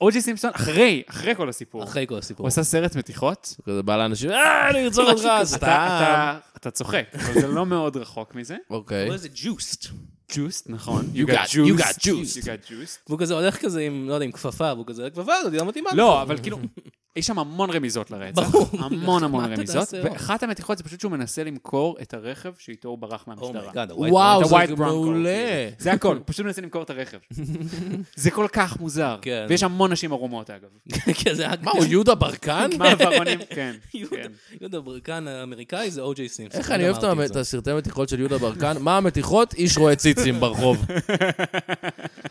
S4: אוג'י סימפסון, אחרי, אחרי כל הסיפור.
S3: אחרי כל הסיפור.
S4: הוא עשה סרט מתיחות.
S2: הוא כזה בא לאנשים, אה, אני ארצור אותך,
S4: אתה-
S2: סתם.
S4: אתה- אתה צוחק, אבל זה לא מאוד רחוק מזה.
S2: אוקיי.
S3: איזה ג'וסט.
S4: juiced, נכון.
S2: You got- you got juiced.
S4: You got juiced.
S3: והוא כזה הולך כזה עם, לא יודע, עם כפפה, והוא כזה, כפפה הזאת היא לא מתאימה. לך."
S4: לא, אבל כאילו, יש שם המון רמיזות לרצח.
S3: ברור.
S4: המון
S3: מה
S4: המון
S3: אתה
S4: רמיזות.
S3: תעשה עוד?
S4: ואחת המתיחות זה פשוט שהוא מנסה למכור את הרכב שאיתו הוא ברח
S3: Oh
S4: מהמשטרה.
S3: אומייגאד, הווייט
S2: וואו,
S4: את
S2: זה
S4: ה-white
S2: גם
S4: Bronco,
S2: מעולה.
S4: כאילו. זה הכל, הוא פשוט מנסה למכור את הרכב. זה כל כך מוזר.
S3: כן.
S4: ויש המון נשים ערומות, אגב.
S3: כן, זה היה...
S2: מה, הוא יהודה ברקן?
S4: מעברונים, כן.
S3: יהודה-
S4: כן.
S3: יהודה ברקן האמריקאי זה או.ג'יי סימפסון.
S2: איך אני אוהב את
S3: אמרתי
S2: המ-
S3: את
S2: את
S3: זה.
S2: הסרטי המתיחות של יהודה ברקן? מה המתיחות? איש רואה ציצים ברחוב.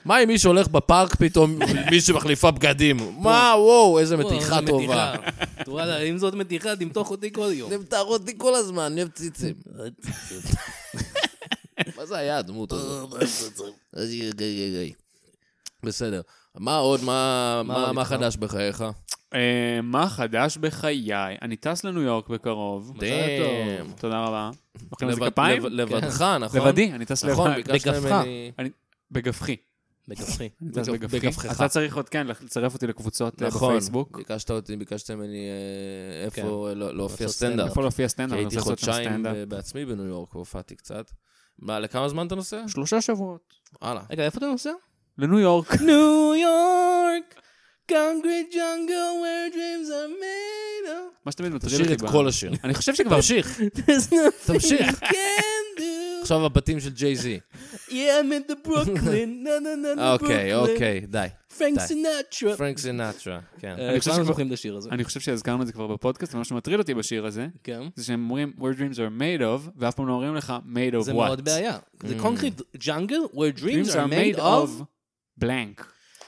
S2: מה אם מישהו הולך בפארק פתאום, מישהו מחליפה בגדים? מה, וואו, איזה
S3: וואו,
S2: מתיחה
S3: איזה
S2: טובה.
S3: מתיחה. וואלה, אם זאת מתיחה, תמתוח אותי כל יום.
S2: אתם תארו אותי כל הזמן, אני אוהב ציצים. מה זה היה הדמות
S3: אה,
S2: הזאת? איי, איי, איי, איי. בסדר. מה עוד? מה-
S3: מה
S2: מה
S3: עוד
S2: מה
S3: איתך?
S2: חדש בחייך?
S4: אה, מה חדש בחיי? אני טס לניו יורק בקרוב.
S3: מזל טוב.
S2: דאם.
S4: תודה רבה. מוחאים לזה
S2: לבד-
S4: כפיים? כן.
S2: לב-
S3: כן.
S2: לבדך, נכון?
S4: לבדי, אני טס
S2: נכון,
S4: לבד.
S2: ביקשת
S3: בגפך.
S2: ממני...
S4: בגפחי.
S3: בגפחי.
S4: אני טס
S2: בגפ-
S4: בגפחי.
S2: בגפחך.
S4: אתה צריך עוד, כן, לצרף אותי לקבוצות אה,
S2: נכון,
S4: בפייסבוק.
S2: ביקשת אותי, ביקשת ממני אה,
S3: כן.
S2: איפה אה, לא- להופיע
S3: לעשות
S2: סטנדאפ.
S4: איפה להופיע
S2: כי
S4: סטנדאפ? אני
S2: הייתי
S4: רוצה לעשות שם
S2: חודשיים
S4: סטנדאפ.
S2: ב- בעצמי בניו יורק, והופעתי קצת. מה, לכמה זמן אתה נוסע?
S4: שלושה שבועות.
S2: וואלה.
S3: רגע, איפה אתה נוסע?
S4: לניו יורק.
S3: ניו יורק, קונגרט ג'ונגל, where dreams are made of.
S4: מה שתמיד מטריד אותי.
S2: תשאיר את
S4: ב-
S2: כל השיר.
S4: אני חושב שכבר...
S2: תמשיך,
S3: There's nothing
S2: תמשיך.
S3: you can do.
S2: עכשיו הבתים של ג'יי-זי.
S3: Yeah, I'm in the Brooklyn. No, no, no, no,
S2: אוקיי,
S3: Brooklyn.
S2: אוקיי, די.
S3: פרנק
S2: די.
S3: סינטרה.
S2: פרנק סינטרה, כן.
S3: אה,
S4: חושב
S3: כולנו
S4: שכבר-
S3: זוכרים את השיר הזה.
S4: אני חושב שהזכרנו את זה כבר בפודקאסט, ומה שמטריד אותי בשיר הזה,
S3: כן.
S4: זה שהם אומרים, where dreams are made of, ואף פעם לא אומרים לך, made of what.
S3: זה מאוד בעיה. זה concrete jungle where
S4: Dreams are made of blank.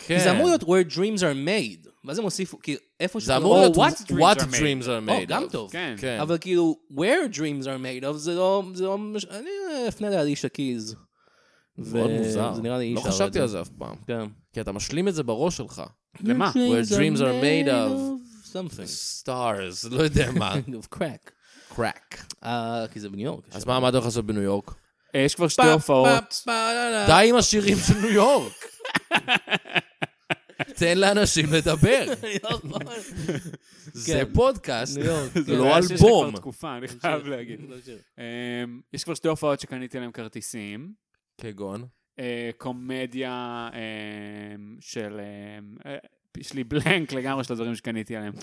S2: כן.
S3: כי זה אמור להיות where dreams are made. ואז הם הוסיפו, כי איפה
S2: זה
S3: שזה
S2: אמור
S3: לא-
S2: להיות
S4: what dreams
S2: what
S4: are made.
S2: dreams are
S3: או,
S2: made.
S3: Oh, גם
S2: of.
S3: טוב.
S4: כן.
S2: כן.
S3: אבל כאילו, where dreams are made of, זה לא... זה לא... מש- אני אפנה לאלישה קיז.
S2: מאוד מוזר.
S3: זה נראה לי איש
S2: לא
S3: שעבד
S2: חשבתי
S3: זה.
S2: על זה אף פעם.
S3: כן.
S2: כי אתה משלים את זה בראש שלך.
S4: למה?
S2: אה, Where dreams are made of.
S3: something.
S2: stars, לא יודע מה.
S3: of crack.
S2: crack.
S3: אה, כי זה בניו יורק.
S2: אז מה, מה אתה הולך לעשות בניו יורק?
S4: אה, יש כבר שתי הופעות.
S2: די עם השירים של ניו יורק. תן לאנשים לדבר. זה פודקאסט,
S3: כן. ניו יורק.
S2: זה
S3: כן.
S2: לא
S4: הבעיה שיש אה, לי
S2: אלבום.
S4: כבר תקופה, אני חייב להגיד.
S3: לא
S4: אמ, יש כבר שתי הופעות שקניתי להם כרטיסים.
S2: כגון?
S4: אה, קומדיה אמ, של... אמ, אה, יש לי בלנק לגמרי של הדברים שקניתי עליהם.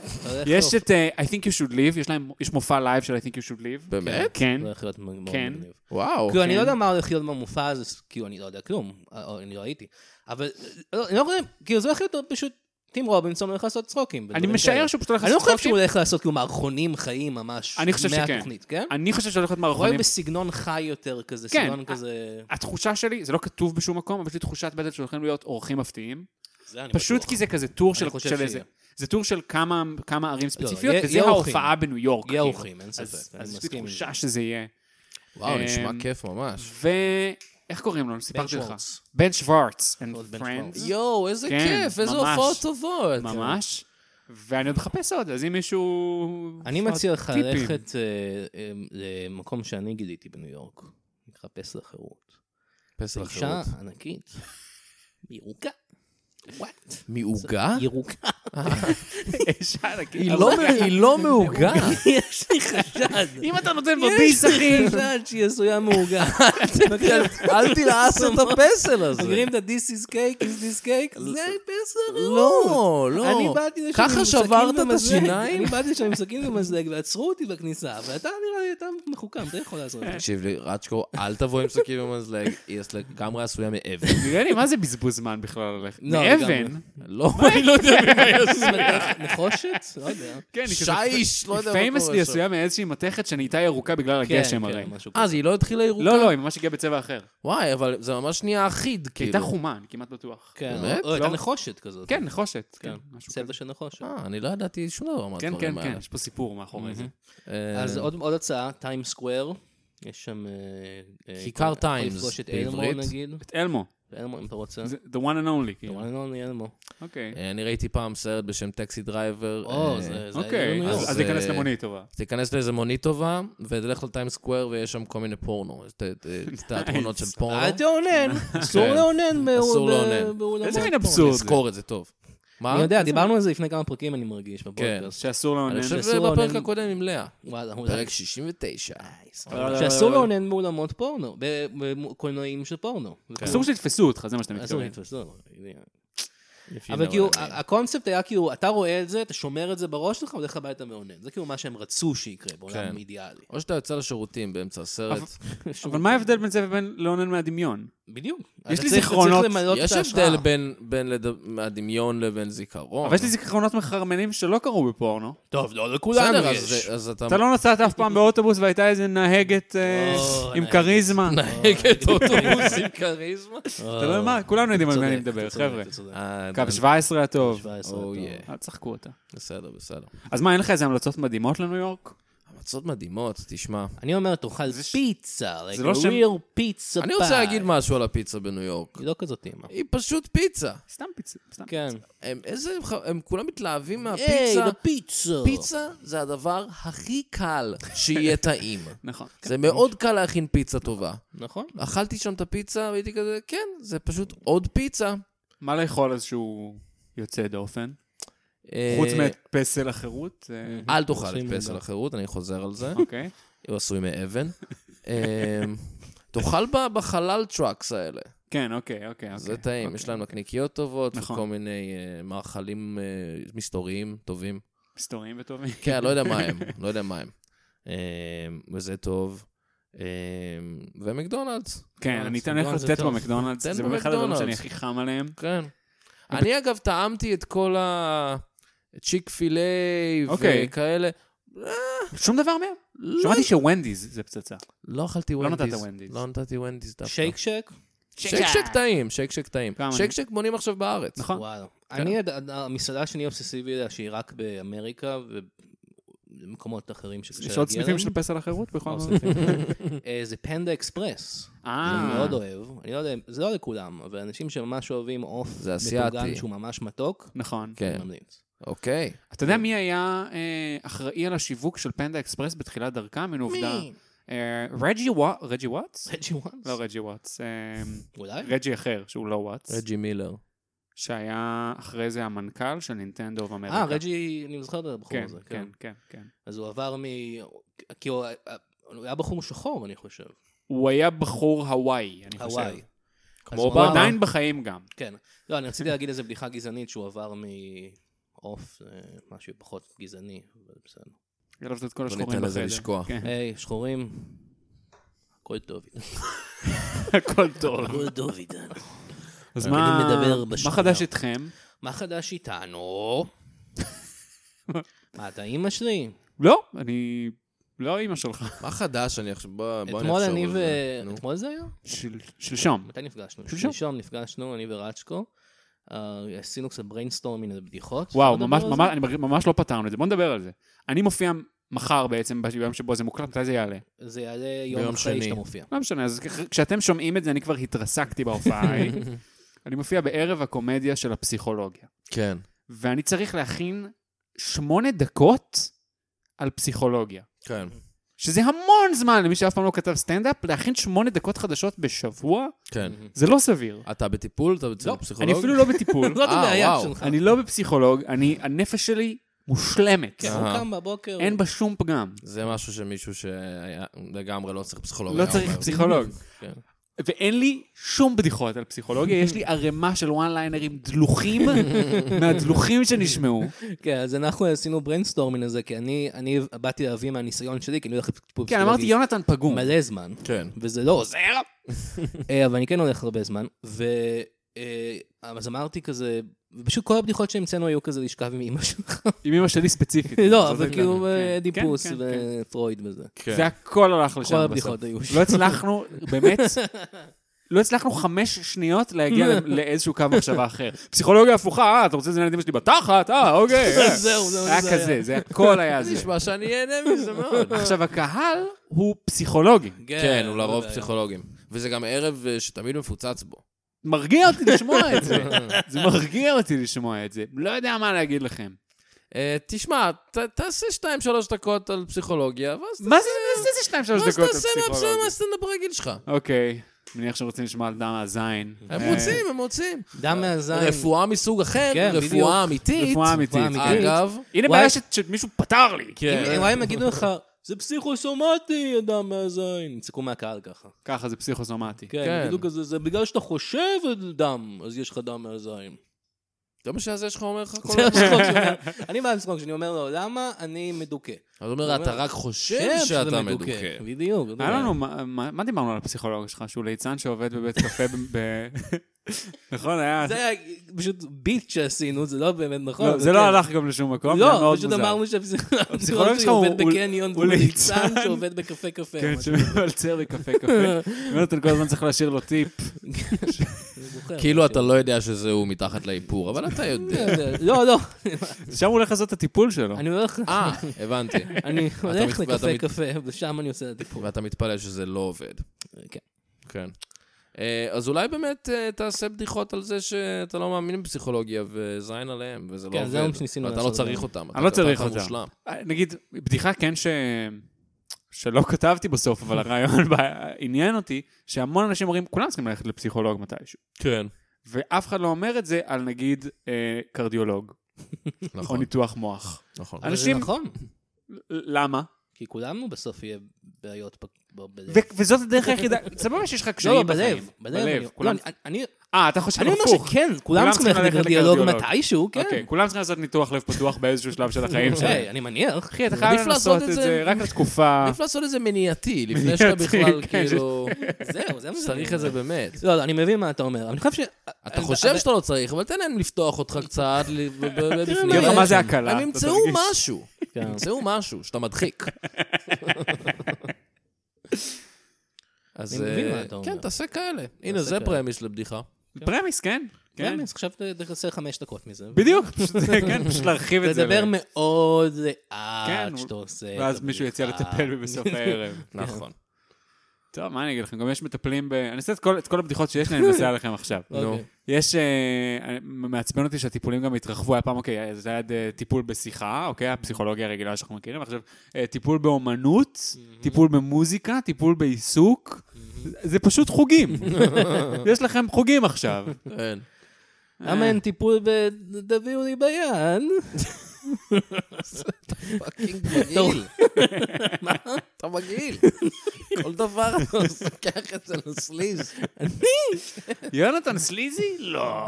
S4: יש את אה, I think you should leave, יש להם, יש מופע לייב של I think you should leave.
S2: באמת?
S4: כן.
S3: זה הולך להיות מאוד
S4: כן.
S2: אוקיי.
S3: מגניב.
S2: וואו.
S3: כאילו, אני
S4: כן.
S3: לא יודע מה הולך להיות במופע הזה, ס- כאילו, אני לא יודע כלום, אה, או, אני לא הייתי. אבל, אה, לא, אני לא יודע, כאילו, זה הולך להיות פשוט, טים רובינסון הולך לעשות צחוקים.
S4: אני
S3: ודברים
S4: משער
S3: כאלה.
S4: שהוא פשוט הולך
S3: אני לא
S4: לעשות
S3: חושב שהוא
S4: צחוקים.
S3: הולך לעשות כאילו מערכונים חיים ממש.
S4: אני חושב שכן.
S3: מהתוכנית, כן?
S4: אני חושב שהוא הולך להיות
S3: רואה
S4: מערכונים.
S3: בסגנון חי יותר כזה,
S4: כן.
S3: סגנון כזה...
S4: התחושה שלי, זה לא כתוב בשום מקום, אבל יש לי תחושת בטן שהולכים להיות אורחים מפתיעים.
S3: זה אני
S4: פשוט
S3: בטוח.
S4: כי זה כזה טור של
S3: חושב
S4: של
S3: שיהיה.
S4: איזה... זה טור של כמה כמה ערים ספציפיות,
S3: יהיה-
S4: וזה
S3: יהיה אורחים.
S4: ההופעה בניו יורק.
S3: יהיה
S4: כאילו.
S3: אורחים, אין
S4: אז-
S3: ספק. אני
S4: אז יש לי
S3: מסכים עם זה.
S4: תחושה שזה יהיה.
S2: וואו, נשמע
S4: אמ,
S2: כיף ממש.
S4: ו... איך קוראים לו? סיפרתי לך.
S3: שוורץ.
S4: בן שוורץ. and
S3: עוד בן
S4: Friends.
S3: שוורץ.
S2: יואו, איזה
S4: כן,
S2: כיף, איזה
S4: ממש.
S2: הופעות טובות.
S4: ממש. ואני עוד מחפש עוד, אז אם מישהו...
S3: אני
S4: עוד
S3: מציע לך
S4: טיפים.
S3: ללכת אה, אה, למקום שאני גיליתי בניו יורק. לחפש לחירות.
S2: פסל
S3: אישה
S2: אחרות.
S3: ענקית. ירוקה. וואט?
S2: מעוגה?
S3: ירוקה.
S4: אישה ענקית.
S2: היא לא- היא לא מעוגה.
S3: יש יש לי חשד.
S4: אם אתה נותן בו
S3: יש
S4: ביס, אחי...
S3: לי חשד שהיא עשויה מעוגה.
S2: אל תלעס את הפסל הזה.
S3: מכירים את ה-This is cake, is this cake? זה פסל
S2: לא, לא.
S3: אני באתי לשם
S2: ככה
S3: עם סכין
S2: שברת את
S3: ומזלג.
S2: השיניים?
S3: אני באתי לשם עם סכין ומזלג, ועצרו אותי בכניסה, ואתה נראה לי, אתה מחוכם, אתה יכול לעשות את זה.
S2: תקשיב לי, רצ'קו, אל תבוא עם סכין ומזלג, היא לגמרי עשויה מאבן.
S4: נראה לי, מה זה בזבוז זמן בכלל הולך?
S3: לא,
S4: מאבן?
S3: לגמרי.
S2: לא, אני לא יודע.
S3: נחושת? לא יודע.
S4: כן, היא כזה...
S2: שיש, לא יודע מה
S4: פיימס
S2: קורה
S4: לי
S2: שם.
S4: עשויה מאיזושהי מתכת שנהייתה ירוקה בגלל הגשם הרי.
S3: כן, משהו
S2: אז היא לא התחילה ירוקה?
S4: לא, לא, היא ממש הגיעה בצבע אחר.
S2: וואי, אבל זה ממש נהיה אחיד,
S4: כי הייתה
S2: כאילו.
S4: חומה, אני כמעט בטוח.
S3: כן,
S2: באמת?
S3: או הייתה
S4: לא.
S3: נחושת כזאת.
S4: כן, נחושת. כן,
S3: כן.
S4: משהו כזה.
S3: צבע של נחושת.
S2: אה, אני לא ידעתי שום דבר
S4: כן,
S2: מהדברים
S4: כן,
S2: האלה.
S4: כן, יש פה סיפור מאחורי זה.
S2: אה,
S3: אז עוד עוד הצעה, טיים סקוואר. יש שם... אה, אה,
S2: כיכר
S3: אתה יכול
S2: Times
S3: לפגוש את
S2: בעברית.
S3: אלמו נגיד.
S4: את אלמו,
S3: אלמו אם אתה רוצה.
S4: זה- the one and only,
S3: אתה
S4: כאילו.
S3: רואה לנו אלמו.
S4: אוקיי.
S2: אה, אני ראיתי פעם סרט בשם טקסי דרייבר.
S3: או,
S2: אה,
S3: זה... זה
S4: אוקיי,
S3: היה
S4: אז-
S3: בניו
S2: אז,
S4: אז להיכנס
S2: אה,
S4: למונית טובה.
S2: אז תיכנס לאיזה מונית טובה, ותלך לטיים סקוואר ויש שם כל מיני פורנו, ת- ת- תיאטרונות של
S4: אה,
S2: פורנו.
S3: אל תאונן, אה, לא? אסור
S2: כן.
S3: לאונן באו-
S2: אסור
S3: ב-
S2: לאונן.
S3: באולמות.
S4: איזה מין
S3: פה.
S4: אבסורד זה,
S2: תזכור את זה טוב. מה?
S3: אני יודע, דיברנו על זה לפני כמה פרקים, אני מרגיש, בפודקאסט.
S4: שאסור
S2: אני
S4: לאונן.
S2: חושב
S3: אסור
S2: שבפרק
S3: לאונן.
S2: הקודם עם לאה.
S3: וואלה, אולי...
S2: פרק 69.
S3: אה, לא, שאסור לאונן באולמות פורנו, ב- בקולנועים של פורנו.
S4: כן. אסור שיתפסו אותך, זה מה שאתה
S3: אסור
S4: מתכוון.
S3: לתפסו.
S2: If you know
S3: אבל כאילו,
S2: what I
S4: אה,
S2: mean.
S3: הקונספט היה כאילו, אתה רואה את זה, אתה שומר את זה בראש שלך, והולך הביתה מאונן. זה כאילו מה שהם רצו שיקרה
S2: כן.
S3: בעולם אידיאלי.
S2: או שאתה יוצא לשירותים באמצע הסרט.
S4: אבל מה ההבדל בין זה ובין לאונן מהדמיון?
S3: בדיוק.
S4: יש
S3: אתה
S4: לי
S3: צריך- אתה צריך
S4: זיכרונות.
S3: למלא את
S2: יש
S3: ההשראה.
S2: הבדל בין- בין לד- מהדמיון לבין זיכרון.
S4: אבל יש לי זיכרונות מחרמנים שלא קרו בפורנו.
S3: טוב, לא לכולנו
S2: בסדר, אז
S3: יש.
S2: זה- אז אתה
S4: אתה לא נסעת אף פעם באוטובוס והייתה איזה נהגת אה,
S3: או,
S4: עם
S3: נהגת.
S4: כריזמה.
S2: מנהגת אוטובוס עם כריזמה.
S4: אתה לא יודע מה, כולנו יודעים על מי אני מדבר, חבר'ה.
S2: אה,
S4: קו 17 הטוב.
S3: 17.
S2: או,
S3: טוב.
S2: yeah.
S4: אל תשחקו אותה.
S2: בסדר, בסדר.
S4: אז מה, אין לך איזה המלצות מדהימות לניו יורק?
S2: המצות מדהימות, תשמע.
S3: אני אומר, תאכל פיצה, like
S4: זה לא
S3: a
S4: שם-
S3: real pizza pie.
S2: אני רוצה להגיד משהו על הפיצה בניו יורק.
S3: היא לא כזאת אימא.
S2: היא פשוט פיצה.
S4: סתם פיצה. סתם.
S3: כן. לא-
S2: הם איזה, הם ח- הם כולם מתלהבים
S4: אה,
S3: היי,
S2: מהפיצה.
S3: לפיצה.
S2: פיצה זה הדבר הכי קל שיהיה טעים.
S4: נכון.
S2: זה מאוד קל להכין פיצה טובה.
S3: כן, נכון.
S2: אכלתי שם את הפיצה, והייתי כזה, כן, זה פשוט עוד פיצה.
S4: מה לאכול אז שהוא יוצא דופן?
S2: אה,
S4: חוץ מפסל החירות? אה,
S2: אל תאכל את
S3: עושים
S2: פסל
S3: מזה.
S2: החירות, אני חוזר על זה.
S4: אוקיי.
S2: הוא עשוי מאבן. אמ, תאכל ב- בחלל טראקס האלה,
S4: כן, אוקיי, אוקיי.
S2: זה
S4: אוקיי.
S2: טעים, יש להם נקניקיות טובות,
S4: נכון.
S2: וכל מיני אה, מאכלים אה, מסתוריים טובים.
S4: מסתוריים וטובים.
S2: כן, לא יודע מה הם, לא יודע מה הם. אמ, וזה טוב. אמ, ומקדונלדס,
S4: כן, אני אתן לך
S3: מקדונלדס זה
S4: לתת
S3: טוב.
S4: במקדונלדס.
S2: תן
S4: זה באמת אחד הדברים
S2: במקדונלדס.
S4: שאני הכי חם עליהם.
S2: כן. אני אגב טעמתי את כל ה... צ'יק פילי
S4: אוקיי.
S2: וכאלה.
S4: שום דבר מהם. שמעתי שוונדיז זה פצצה.
S2: לא אכלתי
S4: לא נתת
S2: ונדיז.
S4: ונדיז.
S2: לא נתתי ונדיז דווקא.
S3: שייק שק?
S2: שייק שק טעים, שייק שק טעים.
S4: גם אני.
S2: שייק שק בונים עכשיו בארץ.
S4: נכון.
S3: וואלה. אני, הד- המסעדה שאני אובססיבי אליה, שהיא רק באמריקה ובמקומות אחרים שקשה להגיע
S4: יש עוד סניפים של פסל החירות
S2: לא,
S4: בכל
S3: עוד
S4: זאת?
S3: אה, זה פנדה אקספרס. אני
S4: אה,
S3: מאוד אוהב. אני לא יודע, זה לא לכולם, אבל אנשים שממש אוהבים עוף
S2: זה
S3: מטוגן
S2: אסיאתי.
S3: שהוא ממש מתוק,
S4: נכון.
S2: כן.
S3: אני ממליץ.
S2: אוקיי.
S4: אתה יודע מי היה אה, אחראי על השיווק של פנדה אקספרס בתחילת דרכם? הנה עובדה. אה, רג'י וואט, רג'י וואטס?
S3: רג'י וואנס?
S4: לא רג'י וואטס, אה,
S3: אולי?
S4: רג'י אחר, שהוא לא וואטס,
S2: רג'י מילר.
S4: שהיה אחרי זה המנכ"ל של נינטנדו of אמריקה.
S3: אה, רג'י, אני זוכר את הבחור
S4: כן,
S3: הזה.
S4: כן, כן, כן.
S3: אז הוא עבר מ... כי הוא הוא היה בחור שחור, אני חושב.
S4: הוא היה בחור הוואי, אני חושב.
S3: הוואי.
S2: כמו
S3: אז הוא
S4: הוא
S3: אמר-
S4: עדיין בחיים גם.
S3: כן. לא, אני רציתי להגיד איזה בדיחה גזענית שהוא עבר מעוף, אה, משהו פחות גזעני, אבל בסדר.
S4: גלבת את כל
S2: לא
S4: השחורים
S2: ניתן לזה
S4: בחדר.
S2: לשקוע.
S4: כן,
S3: היי, שחורים, הכל טוב איתנו.
S4: הכל טוב.
S3: הכל טוב איתנו.
S4: אז
S3: אני
S4: מה
S3: מדבר
S4: מה
S3: בשנייה.
S4: חדש איתכם?
S3: מה חדש איתנו? מה, אתה אימא שלי?
S4: לא, אני... לא אימא שלך.
S2: מה חדש? אני עכשיו... בוא בוא
S3: אתמול
S2: נחשוב
S3: אני
S2: על
S3: ו...
S2: זה. נו.
S3: אתמול זה היה?
S4: של- שלשום.
S3: מתי נפגשנו?
S4: שלשום.
S3: שלשום נפגשנו, אני ורצ'קו. אה, עשינו קצת בריינסטורמינג על בדיחות.
S4: וואו,
S3: אפשר
S4: ממש,
S3: לדבר על
S4: ממש, אני מרגיש- ממש לא פתרנו את זה, בוא נדבר על זה. אני מופיע מחר בעצם, ביום שבו זה מוקלט, מתי זה יעלה?
S3: זה? זה יעלה
S2: ביום
S3: יום אחרי
S2: שני.
S3: שאתה מופיע.
S4: לא משנה, אז כ- כשאתם שומעים את זה, אני כבר התרסקתי בהופעה ההיא. אני מופיע בערב הקומדיה של הפסיכולוגיה,
S2: כן.
S4: ואני צריך להכין שמונה דקות על פסיכולוגיה.
S2: כן.
S4: שזה המון זמן למי שאף פעם לא כתב סטנדאפ, להכין שמונה דקות חדשות בשבוע,
S2: כן.
S4: זה לא סביר.
S2: אתה בטיפול? אתה אצל
S4: לא,
S2: פסיכולוג?
S4: אני אפילו לא בטיפול.
S3: זאת
S2: אה,
S3: הבעיה
S2: וואו.
S3: שלך.
S4: אני לא בפסיכולוג, אני, הנפש שלי מושלמת.
S3: כן, הוא קם בבוקר.
S4: אין בה שום פגם.
S2: זה משהו שמישהו שלגמרי לא צריך פסיכולוג.
S4: לא
S2: היה
S4: צריך
S2: אומר.
S4: פסיכולוג.
S2: כן.
S4: ואין לי שום בדיחות על פסיכולוגיה, יש לי ערימה של וואן ליינרים דלוחים מהדלוחים שנשמעו.
S3: כן, אז אנחנו עשינו בריינסטורמינג לזה, כי אני אני באתי להביא מהניסיון שלי, כי אני הולך לטיפול
S4: כן, אמרתי, יונתן פגום.
S3: מלא זמן.
S2: כן.
S3: וזה לא עוזר. אה, אבל אני כן הולך הרבה זמן, ו... אה, אז אמרתי כזה, פשוט כל הבדיחות שהמצאנו היו כזה לשכב עם אמא שלך.
S4: עם אמא שלי ספציפית.
S3: לא,
S4: צודק
S3: אבל כאילו
S4: לגמרי.
S3: אה,
S4: כן,
S3: אדי
S4: כן,
S3: פוס
S4: כן, כן.
S3: ופרויד וזה.
S2: כן.
S4: זה הכל הלך לשם
S3: כל
S4: בסוף.
S3: הבדיחות היו
S4: לא
S3: שם.
S4: הצלחנו, באמת, לא הצלחנו חמש שניות להגיע ל- לאיזשהו קו מחשבה אחר. פסיכולוגיה הפוכה, אה, אתה רוצה לזיין את אמא שלי בתחת? אה, אוקיי. אה.
S3: זהו, זהו,
S4: היה
S3: זה היה.
S4: כזה, זה הכל היה
S2: זה
S4: זה.
S2: נשמע שאני אהנה מזה מאוד.
S4: עכשיו, הקהל הוא פסיכולוגי.
S2: כן, הוא
S3: לא
S4: לא
S2: לרוב פסיכולוגים. וזה גם ערב אה, שתמיד מפוצץ בו.
S4: מרגיע אותי לשמוע את זה. זה מרגיע אותי לשמוע את זה. לא יודע מה להגיד לכם.
S2: אה, תשמע, ת- תעשה 2-3 דקות על פסיכולוגיה, ואז
S4: מה זה- מה זה זה שתיים, שלוש
S2: ואז
S4: דקות
S2: תעשה מהפסיכולוגיה
S4: הפסיכולוגי?
S2: מהסטנדאפ הרגיל שלך.
S4: אוקיי, מניח שרוצים לשמוע על דם הזין.
S2: הם
S4: אה,
S2: רוצים, הם רוצים.
S3: דם מהזין.
S2: רפואה מסוג אחר,
S3: כן, בדיוק.
S2: רפואה אמיתית.
S4: רפואה אמיתית. אה,
S3: רפואה אמיתית.
S2: אגב,
S4: הנה
S3: וואי.
S4: בעיה ש- שמישהו פתר לי.
S2: כן.
S3: אם הם יגידו לך, זה פסיכוסומטי, אדם מהזין. יצעקו מהקהל ככה.
S4: ככה זה פסיכוסומטי.
S3: כן,
S2: כן.
S3: הם יגידו כזה, זה בגלל שאתה חושב על דם, אז יש לך דם מהזין.
S2: זה מה שהזה שלך אומר לך כל
S3: זה
S2: הזמן.
S3: הצחוק שאני אומר. אני בא לצחוק שאני אומר לו, למה אני מדוכא?
S2: אז הוא אומר, אתה רק חושב
S3: כן, שזה
S2: שאתה מדוכא.
S3: בדיוק. אתה
S4: היה
S3: יודע.
S4: לנו, מה- מה מה דיברנו על הפסיכולוג שלך? שהוא ליצן שעובד בבית קפה ב... ב- נכון, היה...
S3: זה היה פשוט ביט שעשינו, זה לא באמת נכון.
S4: לא,
S3: אבל
S4: זה לא
S3: כן.
S4: הלך גם לשום מקום, זה היה
S3: לא,
S4: מאוד
S3: פשוט
S4: מוזר.
S3: אמרנו שהפסיכולוג
S4: הפסיכולוג
S3: שלי
S4: שלך הוא-
S3: עובד
S4: הוא-
S3: בקניון,
S4: הוא
S3: והוא ליצן
S4: ליצן.
S3: שעובד בקפה קפה.
S4: כן,
S3: משהו.
S4: שמלצר בקפה קפה. יונתן כל הזמן צריך להשאיר לו טיפ.
S3: אני זוכר.
S2: כאילו אתה לא יודע שזהו מתחת לאיפור, אבל אתה יודע.
S3: כן, זה- לא, לא,
S4: שם הוא הולך לעשות את הטיפול שלו.
S3: אני הולך...
S2: אה, הבנתי.
S3: אני הולך
S2: מת- ואתה
S3: לקפה
S2: מת-
S3: קפה, ושם אני עושה את הטיפול.
S2: ואתה מתפלל שזה לא עובד.
S3: כן.
S2: כן. אה, אז אולי באמת אה, תעשה בדיחות על זה שאתה לא מאמין בפסיכולוגיה וזין עליהם, וזה לא
S3: כן,
S2: עובד.
S3: זה מה שניסינו
S2: ואתה לא
S3: לעשות. אה,
S2: צריך אותם.
S4: אני לא צריך
S2: אותם.
S4: אותם. אה, נגיד, בדיחה כן ש... שלא כתבתי בסוף, אבל הרעיון בה- עניין אותי, שהמון אנשים אומרים, כולם צריכים ללכת לפסיכולוג מתישהו.
S2: כן.
S4: ואף אחד לא אומר את זה על נגיד אה, קרדיולוג, או
S2: נכון,
S4: ניתוח מוח.
S2: נכון.
S3: אבל זה
S4: אנשים-
S3: נכון,
S4: למה?
S3: כי כולנו בסוף יהיה בעיות ב- ב- בלב.
S4: ו- וזאת הדרך היחידה, סבבה שיש לך
S3: לא, לא,
S4: קשיים בחיים.
S3: בלב, בלב. אני-
S4: כולם...
S3: לא, אני- אני
S4: אה, אתה חושב
S3: אני אומר
S4: הפוך.
S3: שכן, כולם צריכים ללכת לקרדיולוג מתישהו,
S4: אוקיי,
S3: כן.
S4: כולם צריכים לעשות ניתוח לב פתוח באיזשהו שלב של החיים שלהם.
S3: היי, אני מניח.
S4: אחי, אתה חייב
S2: עדיף לעשות
S4: לעשות
S2: את
S4: את
S2: זה-
S4: זה רק לתקופה...
S2: עדיף לעשות את זה מניעתי, לפני שאתה
S4: מניעתי,
S2: בכלל,
S4: כן,
S2: כאילו,
S3: זהו, זה מה שאני
S2: צריך
S3: אומר.
S2: את זה באמת.
S3: לא, לא, אני מבין מה אתה אומר. אבל אני חושב ש...
S2: אתה חושב שאתה לא צריך, אבל תן להם לפתוח אותך קצת, ל- ב- ב- בפנים.
S4: אני אגיד לך מה זה
S2: הם-
S4: הקלה,
S2: הם
S4: אתה
S2: ימצאו
S4: תרגיש.
S2: משהו, ימצאו משהו שאתה מדחיק. אז
S3: אני מבין
S2: אה,
S3: מה אתה אומר.
S2: כן, תעשה כאלה. הנה,
S3: תעשה
S2: זה
S3: כאלה.
S2: פרמיס לבדיחה.
S4: פרמיס, כן?
S3: כן, אז עכשיו תעשה חמש דקות מזה.
S4: בדיוק, פשוט- כן, פשוט להרחיב את זה.
S3: תדבר
S4: ל-
S3: מאוד
S4: כן,
S3: לאט שאתה עושה. את
S4: ואז מישהו יצא
S3: הבדיחה.
S4: לטפל בי בסוף הערב.
S2: נכון.
S4: טוב, מה אני אגיד לכם? גם יש מטפלים ב... אני אעשה את כל- את כל הבדיחות שיש לי, אני אנסה עליכם עכשיו.
S2: נו.
S3: אוקיי.
S4: יש... אה, אני- מעצבן אותי שהטיפולים גם התרחבו, היה פעם, אוקיי, זה היה אה, טיפול בשיחה, אוקיי? הפסיכולוגיה הרגילה שאנחנו מכירים, עכשיו אה, טיפול באומנות, טיפול במוזיקה, טיפול בעיסוק. זה פשוט חוגים. יש לכם חוגים עכשיו.
S2: כן.
S3: למה
S2: אה.
S3: אין טיפול ב... תביאו לי ביד.
S2: פאקינג מגעיל. מה? אתה מגעיל. כל דבר אתה לוקח את זה לסליז.
S4: יונתן סליזי? לא.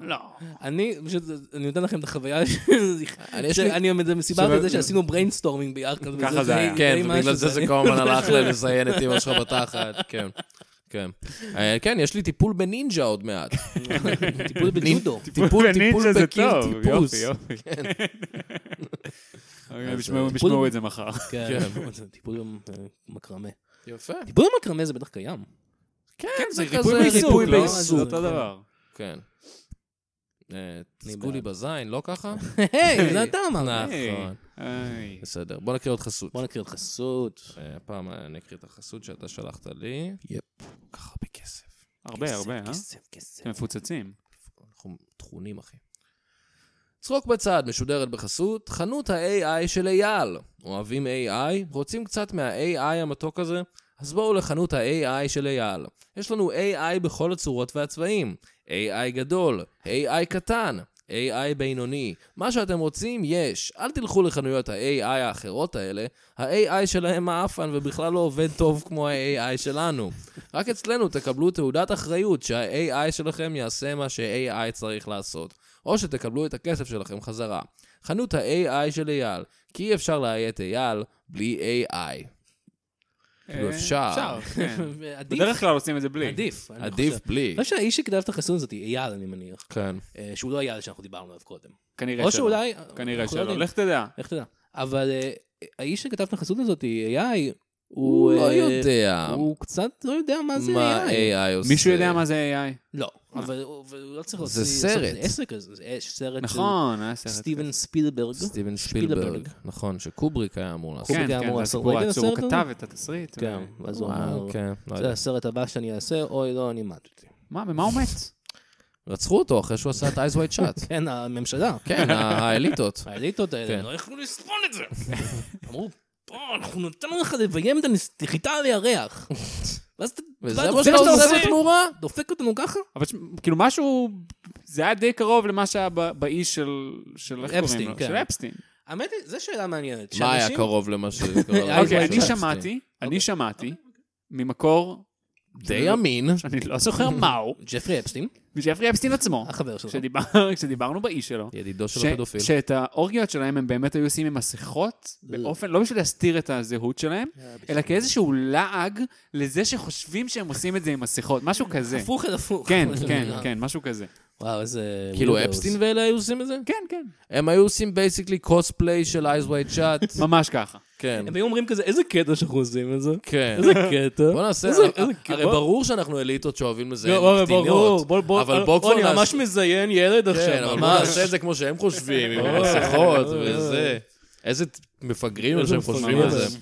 S4: לא.
S3: אני פשוט, אני נותן לכם את החוויה של...
S2: אני יש לי-
S3: שאני עומד במסיבה
S4: שוב-
S3: בזה שעשינו בריינסטורמינג ביחד. וזה
S4: ככה זה היה.
S3: די-
S2: כן,
S3: די
S2: ובגלל
S3: משהו,
S2: זה זה
S3: אני-
S2: כמובן הלך לזיין את אמא שלך בתחת, כן. כן. אה, כן, יש לי טיפול בנינג'ה עוד מעט.
S3: טיפול בג'ודו.
S2: טיפול, טיפול
S4: בנינג'ה זה
S2: בקיר
S4: טוב,
S2: טיפוס.
S4: יופי, יופי.
S3: כן.
S4: אוקיי,
S2: אז,
S4: ישמעו-
S2: אה,
S4: ישמעו את זה מחר.
S3: כן,
S2: כן.
S3: זה טיפול במקרמה.
S2: יפה.
S3: טיפול במקרמה זה בטח קיים.
S2: כן,
S4: זה
S2: כזה
S4: ריפוי בעיסוק,
S2: ריפוי
S4: לא?
S2: בעיסוק.
S4: זה אותו דבר.
S2: כן. אה, תזכו
S3: בעד.
S2: לי בזין, לא ככה?
S3: היי, זה אתה אמרת.
S4: היי,
S2: נכון.
S4: היי.
S2: בסדר, בוא נקריא עוד חסות.
S3: בוא נקריא עוד חסות.
S2: אה, הפעם אני אקריא את החסות שאתה שלחת לי.
S3: יפ.
S2: כל כך הרבה כסף.
S4: הרבה, הרבה, אה?
S3: כסף, כסף.
S4: אתם מפוצצים.
S2: אנחנו טחונים, אחי. צחוק בצד משודרת בחסות חנות ה-AI של אייל. אוהבים AI? רוצים קצת מה-AI המתוק הזה? אז בואו לחנות ה-AI של אייל. יש לנו AI בכל הצורות והצבעים. AI גדול, AI קטן, AI בינוני. מה שאתם רוצים, יש. אל תלכו לחנויות ה-AI האחרות האלה, ה-AI שלהם מעפן ובכלל לא עובד טוב כמו ה-AI שלנו. רק אצלנו תקבלו תעודת אחריות שה-AI שלכם יעשה מה ש-AI צריך לעשות. או שתקבלו את הכסף שלכם חזרה. חנות ה-AI של אייל, כי אי אפשר לאיית אייל בלי AI. כאילו,
S4: אה,
S2: אפשר.
S4: אפשר, כן.
S3: עדיף.
S4: בדרך כלל עושים את זה בלי.
S3: עדיף. אני
S2: עדיף
S3: לא חושב.
S2: בלי.
S3: אני חושב שהאיש שכתב את החסות הזאת, אייל, אני מניח.
S2: כן.
S3: אה, שהוא לא אייל שאנחנו דיברנו עליו קודם.
S4: כנראה
S3: או
S4: שלא.
S3: שאולי...
S4: כנראה
S3: אנחנו לא
S4: שלא.
S3: יודעים.
S4: לך תדע.
S3: איך תדע? אבל אה, האיש שכתב את החסות הזאת, AI,
S2: הוא לא
S3: אה,
S2: יודע
S3: הוא קצת לא יודע מה זה
S2: מה
S3: AI.
S2: AI עושה.
S4: מישהו יודע מה זה AI?
S3: לא, אבל הוא אבל הוא לא צריך
S2: זה
S3: להוציא... לעשות
S2: סרט.
S3: את עסק הזה, זה אש, סרט של
S4: נכון, היה סרט.
S3: סטיבן ספילברג.
S2: סטיבן
S3: שפילברג.
S2: שפילברג. נכון, שקובריק היה אמור לעשות.
S4: כן,
S3: קובריק היה
S4: כן,
S3: אמור
S4: זה
S3: לעשות
S4: הסיפור
S3: רגע
S4: העצוב. הוא
S3: לסרט
S4: כתב את התסריט. ו-
S3: כן, ואז הוא
S2: וואו,
S3: אמר,
S2: כן, לא
S3: זה
S2: יודע.
S3: הסרט הבא שאני אעשה, אוי לא, אני מת אותי.
S4: מה, במה הוא מת?
S2: רצחו אותו אחרי שהוא עשה את אייז ווייד שאט.
S3: כן, הממשלה.
S2: כן, ה- האליטות.
S3: האליטות האלה
S2: כן.
S3: לא יכלו לסבול את זה. אמרו, פה, אנחנו נתנו לך לביים את הנחיתה על הירח. ואז אתה
S2: וזה
S3: ואז
S2: מה שאתה עושה
S3: עושה?
S2: בתמורה?
S3: דופק אותנו ככה?
S4: אבל ש- כאילו משהו, זה היה די קרוב למה שהיה ב- באיש של, של איך
S3: אפסטין,
S4: קוראים לו?
S3: כן.
S4: של אפסטין.
S3: האמת היא, זו שאלה מעניינת.
S2: מה היה
S3: שאנשים-
S2: קרוב למה שקרה?
S3: אוקיי,
S4: אוקיי,
S3: ווייד
S4: אני שמעתי,
S3: אוקיי.
S4: אני שמעתי, ממקור,
S2: די אמין.
S4: שאני לא זוכר מהו,
S3: ג'פרי אפסטין,
S4: מג'פרי אפסטין עצמו,
S3: החבר שלך.
S4: כשדיבר- כשדיברנו באיש שלו,
S2: ידידו של
S4: ש-
S2: הפדופיל.
S4: שאת האורגיות שלהם הם באמת היו עושים עם מסכות,
S3: Mm.
S4: באופן, לא בשביל להסתיר את הזהות שלהם, אלא כאיזשהו לעג לזה שחושבים שהם עושים את זה עם מסכות, משהו כזה.
S3: הפוך אל הפוך.
S4: כן,
S3: כמו
S4: כן,
S3: שנקרא.
S4: כן, משהו כזה.
S3: וואו, איזה...
S2: כאילו
S3: weirdos.
S2: אפסטין ואלה היו עושים את זה?
S4: כן, כן,
S2: הם היו עושים בייסיקלי קוספליי של אייז ווייד שאט.
S4: ממש ככה.
S2: כן.
S3: הם היו אומרים כזה, איזה קטע שאנחנו עושים את זה.
S2: כן.
S3: איזה קטע.
S2: בוא נעשה,
S3: איזה-
S2: הרי-
S3: איזה
S2: הרי
S3: בוא-
S2: ברור שאנחנו אליטות שאוהבים
S3: לא,
S2: לזיין
S3: בוא, ברור,
S2: קטינות.
S3: בוא, בוא,
S2: אבל
S3: אה,
S2: בוא כבר
S3: אני
S2: נעשה-
S3: ממש מזיין ילד
S2: כן, אבל
S3: עכשיו,
S2: בוא
S3: ממש. אה,
S2: נעשה את זה כמו שהם חושבים, עם מסכות וזה. איזה מפגרים הם
S3: איזה
S2: שהם חושבים
S3: מפגרים.
S2: על זה.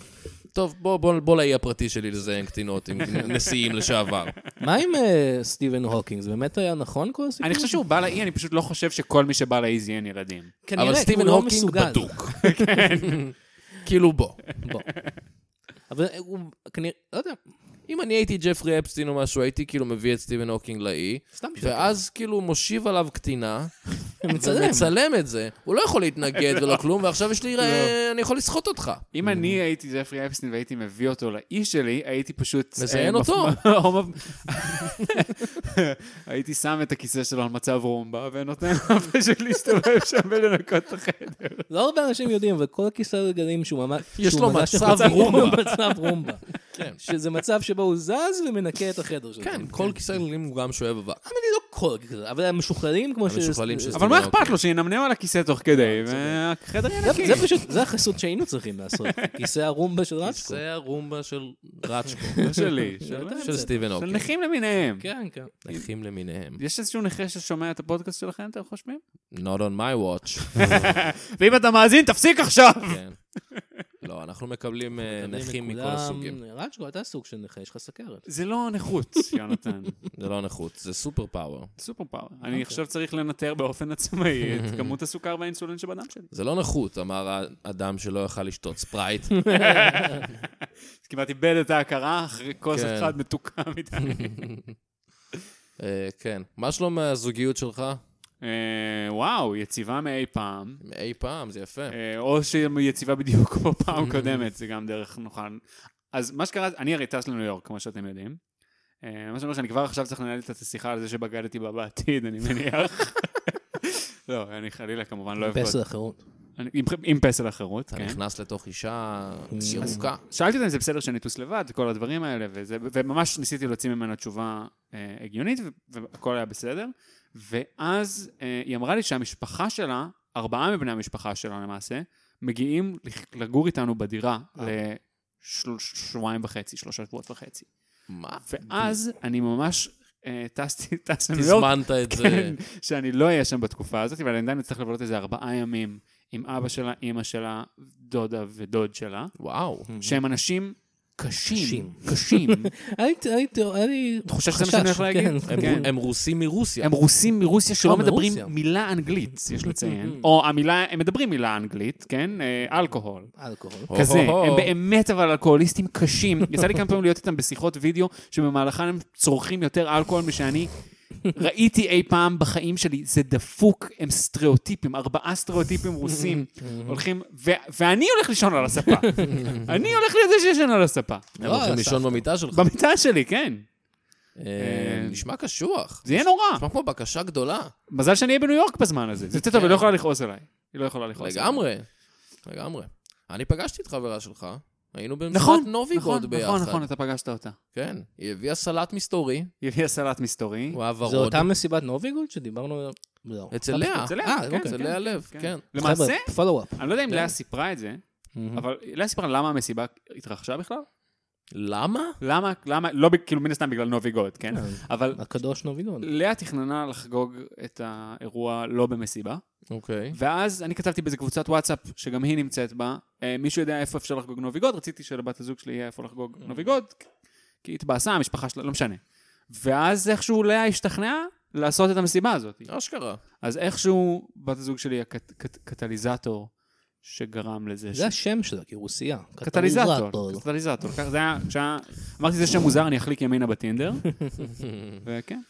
S2: טוב, בוא- בוא בוא לאי הפרטי שלי לזיין קטינות עם נשיאים לשעבר.
S3: מה עם אה, סטיבן הוקינג? זה באמת היה נכון כל הסיפור?
S4: אני חושב שהוא בא לאי, אני פשוט לא חושב שכל מי שבא לאי זיין ילדים.
S3: כנראה,
S2: אבל
S3: כי הוא
S2: סטיבן
S3: לא
S2: הוקינג
S3: מסוגל. כן.
S2: בדוק. כאילו בוא.
S3: בוא. אבל אה, הוא כנראה, לא יודע,
S2: אם אני הייתי ג'פרי אפסטין או משהו, הייתי כאילו מביא את סטיבן הוקינג לאי,
S3: סתם בשביל...
S2: ואז כאילו מושיב עליו קטינה,
S3: מצלם.
S2: ומצלם את זה. הוא לא יכול להתנגד ולא כלום, ועכשיו יש לי... אה, אני יכול לסחוט אותך.
S4: אם אני הייתי ג'פרי אפסטין והייתי מביא אותו לאי שלי, הייתי פשוט...
S2: מזיין
S4: אה,
S2: אותו.
S4: מפ- או מפ- הייתי שם את הכיסא שלו על מצב רומבה ונותן לו פשוט להסתובב שם ולנקות את החדר.
S3: לא הרבה אנשים יודעים, אבל כל הכיסא רגלים שהוא ממש...
S2: יש
S3: שהוא
S2: לו
S3: ממש
S2: מצב
S3: יכול-
S2: רומבה.
S3: מצב רומבה.
S2: כן.
S3: שזה מצב שבו הוא זז ומנקה את החדר שלו.
S2: כן, כל כיסא גלגלים הוא גם שואב אבק.
S3: האמת היא לא כל כזה, אבל המשוחררים כמו ש... אה,
S2: המשוכללים של-
S4: אבל מה אכפת לו, שינמנם על הכיסא תוך כדי, והחדר יהיה
S3: זה-
S4: נקי.
S3: זה פשוט, זה החסות שהיינו צריכים לעשות. כיסא הרומבה של רצ'קו.
S2: כיסא הרומבה של רצ'קו,
S4: לא שלי, של-
S2: של סטיבן
S4: של
S2: הוקינג.
S4: נכים למיניהם.
S3: כן, כן.
S2: נכים למיניהם.
S4: יש איזשהו נכה ששומע את הפודקאסט שלכם, אתם חושבים?
S2: Not on my watch.
S4: ואם אתה מאזין, תפסיק עכשיו!
S2: כן. לא, אנחנו מקבלים אה, נכים מכל
S3: לכולם,
S2: הסוגים.
S3: רצ'קו, אה, אתה סוג של נכה, יש לך סכרת.
S4: זה לא נכות, יונתן.
S2: זה לא נכות, זה סופר פאוור.
S4: סופר פאוור. אני עכשיו צריך לנטר באופן עצמאי את כמות הסוכר והאינסולין שבדם שלי.
S2: זה לא נכות, אמר האדם שלא יכל לשתות ספרייט.
S4: אז כמעט איבד את ההכרה אחרי כוס
S2: כן.
S4: אחד מתוקה מדי.
S2: אה, כן. מה שלום הזוגיות שלך?
S4: אה, וואו, יציבה מאי פעם.
S2: אי פעם, זה יפה.
S4: אה, או שהיא יציבה בדיוק כמו פעם קודמת, זה גם דרך נוחה. אז מה שקרה, אני הרי טס לניו יורק, כמו שאתם יודעים. אה, מה שאומר שאני כבר עכשיו צריך לנהל את השיחה על זה שבגדתי בה בעתיד, אני מניח. לא, אני חלילה כמובן לא אוהב...
S3: פסל החירות.
S4: אני- עם- עם פסל החירות,
S2: אתה
S4: כן.
S2: נכנס לתוך אישה ירוקה.
S4: שאלתי אותם אם זה בסדר שאני אטוס לבד, כל הדברים האלה, וזה, וממש ניסיתי להוציא ממנה תשובה אה, הגיונית, ו- והכל היה בסדר. ואז אה, היא אמרה לי שהמשפחה שלה, ארבעה מבני המשפחה שלה למעשה, מגיעים לח- לגור איתנו בדירה לשבועיים וחצי, שלושה שבועות וחצי.
S2: מה?
S4: ואז אני ממש אה, טסתי, טס
S3: לא,
S4: לניו יורק,
S2: תזמנת את זה.
S4: כן, שאני לא אהיה שם בתקופה הזאת, אבל אני עדיין אצטרך לבלות איזה ארבעה ימים עם אבא שלה, אימא שלה, דודה ודוד שלה.
S2: וואו.
S4: שהם אנשים קשים,
S3: קשים.
S4: קשים.
S3: היה לי- היה לי תיאור- היה לי
S4: חושב שזה מה שאני הולך להגיד?
S3: כן,
S2: הם-
S4: כן.
S2: הם רוסים מרוסיה.
S4: הם רוסים מרוסיה שלא
S3: אה,
S4: מדברים
S3: מרוסיה.
S4: מילה אנגלית, יש לציין. או המילה, הם מדברים מילה אנגלית, כן? אה, אלכוהול.
S3: אלכוהול.
S4: כזה,
S2: הו, הו,
S4: הם
S2: הו.
S4: באמת אבל אלכוהוליסטים קשים. יצא לי כמה פעמים להיות איתם בשיחות וידאו, שבמהלכן הם צורכים יותר אלכוהול משאני ראיתי אי פעם בחיים שלי, זה דפוק, הם סטריאוטיפים, ארבעה סטריאוטיפים רוסים הולכים, ו- ואני הולך לישון על הספה. אני הולך לזה שישן על הספה. לא,
S2: הם הולכים לישון במיטה שלך.
S4: במיטה שלי, כן.
S2: אה, נשמע קשוח.
S4: זה יהיה נורא.
S2: נשמע כמו בקשה גדולה.
S4: מזל שאני אהיה בניו יורק בזמן הזה. זה טוב, היא לא יכולה לכעוס עליי. היא לא יכולה לכעוס עליי.
S2: לגמרי, לגמרי. אני פגשתי את חברה שלך, היינו במסיבת
S4: נכון, נכון,
S2: נוביגוד ביחד.
S4: נכון, נכון, אתה פגשת אותה.
S2: כן, היא הביאה סלט מסתורי,
S4: היא הביאה סלט מסתורי.
S2: הוא היה ורוד.
S3: זה אותה מסיבת נוביגוד שדיברנו עליה? לא.
S2: אצל לאה,
S4: אצל לאה,
S3: אה,
S4: כן,
S3: אוקיי.
S2: אצל לאה לב,
S4: כן.
S2: כן.
S4: למעשה,
S3: חבר'ה, פולו-אפ.
S4: אני לא יודע אם לאה סיפרה את זה, אבל לאה סיפרה למה המסיבה התרחשה בכלל.
S2: למה?
S4: למה, למה, לא, ב- כאילו מן הסתם בגלל נוביגוד, כן? אבל
S3: הקדוש נוביגוד.
S4: לאה תכננה לחגוג את האירוע לא במסיבה,
S2: אוקיי.
S4: ואז אני כתבתי באיזה קבוצת וואטסאפ, שגם היא נמצאת בה, אה, מישהו יודע איפה אפשר לחגוג נוביגוד, רציתי שלבת הזוג שלי יהיה איפה לחגוג נוביגוד, כי היא התבאסה, המשפחה שלה, לא משנה. ואז איכשהו לאה השתכנעה לעשות את המסיבה הזאת.
S2: אשכרה.
S4: אז איכשהו בת הזוג שלי היא הקטליזטור שגרם לזה. ש-
S3: זה השם שלה, כי רוסייה.
S4: קטליזטור, קטליזטור. ככה זה היה, כשהיה, אמרתי זה שם מוזר, אני אחליק ימינה בטינדר. וכן.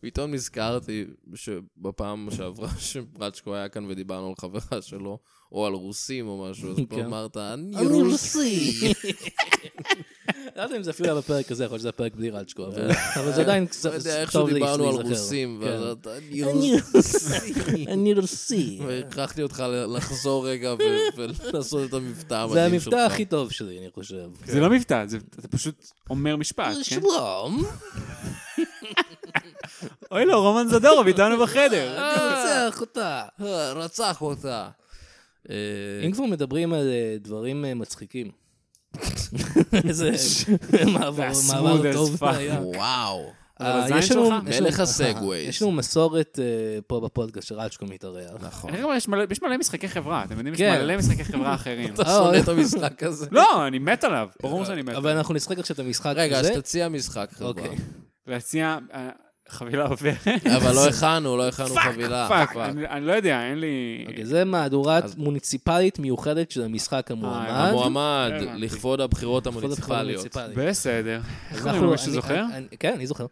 S2: פתאום נזכרתי שבפעם שעברה שפרצ'קו היה כאן ודיברנו על חברה שלו, או על רוסים או משהו, אז פה
S3: כן.
S2: אמרת, אני
S5: אני
S2: רוס.
S5: רוסי.
S3: לא יודע אם זה אפילו היה בפרק הזה, יכול להיות שזה הפרק בלי רצ'קו, אבל אבל זה עדיין קצת
S2: לא יודע, איכשהו
S3: טוב לי
S2: דיברנו על
S3: להיזכר.
S2: רוסים,
S3: כן.
S2: ואז אתה, אני
S5: אני
S2: רוס.
S5: רוסי. אני רוסי.
S2: והכרחתי אותך ל- לחזור רגע ו- ולעשות את המבטא המדהים שלך.
S3: זה המבטא הכי טוב שלי, אני חושב.
S4: זה לא מבטא, זה- אתה פשוט אומר
S5: אה,
S4: משפט. כן?
S5: שלום.
S3: אה.
S4: אוי לו, רומן זדורוב איתנו בחדר.
S5: רוצח אותה.
S2: אה, רצח אותה. אה,
S3: אם כבר מדברים על אה, דברים אה, מצחיקים. איזה מעבר
S4: That's
S3: מעבר
S4: smooth as
S3: טוב
S4: fuck.
S3: היה.
S2: וואו.
S4: אבל
S3: אה,
S4: הזין
S3: יש לנו-
S4: שלך,
S3: יש לנו-
S2: מלך הסגווייז.
S3: יש לנו מסורת אה, פה בפודקאסט שרצ'קו מתארח. אה,
S2: נכון.
S4: אני אומר, יש מלא- יש מלא משחקי חברה, אתם יודעים, יש
S3: כן.
S4: מלא משחקי חברה אחרים.
S2: אתה שונא את המשחק הזה.
S4: לא, אני מת עליו, ברור שאני מת.
S3: אבל אנחנו נשחק עכשיו את המשחק הזה.
S2: רגע, אז תציע משחק, חברה.
S3: אוקיי.
S4: להציע אה, חבילה עוברת.
S2: אבל לא הכנו, לא הכנו חבילה. אוקיי.
S4: פאק, אני אני לא יודע, אין לי...
S3: אוקיי, זה מהדורת מוניציפלית מיוחדת של המשחק המועמד.
S2: אה,
S3: לא
S2: המועמד
S4: אה, הבנתי.
S2: לכבוד הבחירות
S3: לפחות הבחירות
S2: המוניציפליות.
S3: המוניציפליות.
S4: בסדר. איך
S3: אז
S4: קוראים
S3: אנחנו-
S4: לו, מישהו
S3: אני-
S4: זוכר?
S3: אני- אני- כן, אני זוכר.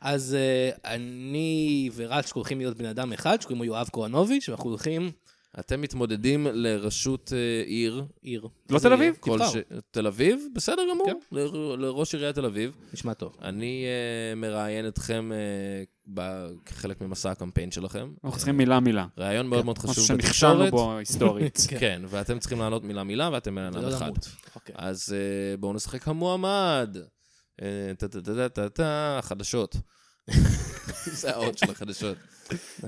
S3: אז אה, אני ורצ'קו הולכים להיות בן אדם אחד, שקוראים לו יואב כהנוביץ', ואנחנו הולכים
S2: אתם מתמודדים לראשות אה, עיר.
S3: עיר.
S4: לא
S3: אז
S4: תל אביב?
S2: כל
S3: תבחר. כן.
S2: ש- תל אביב? בסדר גמור. ל- לראש עיריית תל אביב.
S3: נשמע טוב.
S2: אני אה, מראיין אתכם אה, ב- כחלק ממסע הקמפיין שלכם.
S4: אנחנו צריכים מילה-מילה.
S2: ראיון מאוד מאוד
S4: כן, משהו
S2: חשוב
S4: שנכשלנו
S2: בתקשורת.
S4: בו היסטורית.
S2: כן, ואתם צריכים לענות מילה-מילה, ואתם מעניין
S3: לא
S2: אחד.
S3: למות. אוקיי.
S2: אז אה, בואו נשחק המועמד. אה, טה-טה-טה-טה-טה, החדשות. זה האות של החדשות.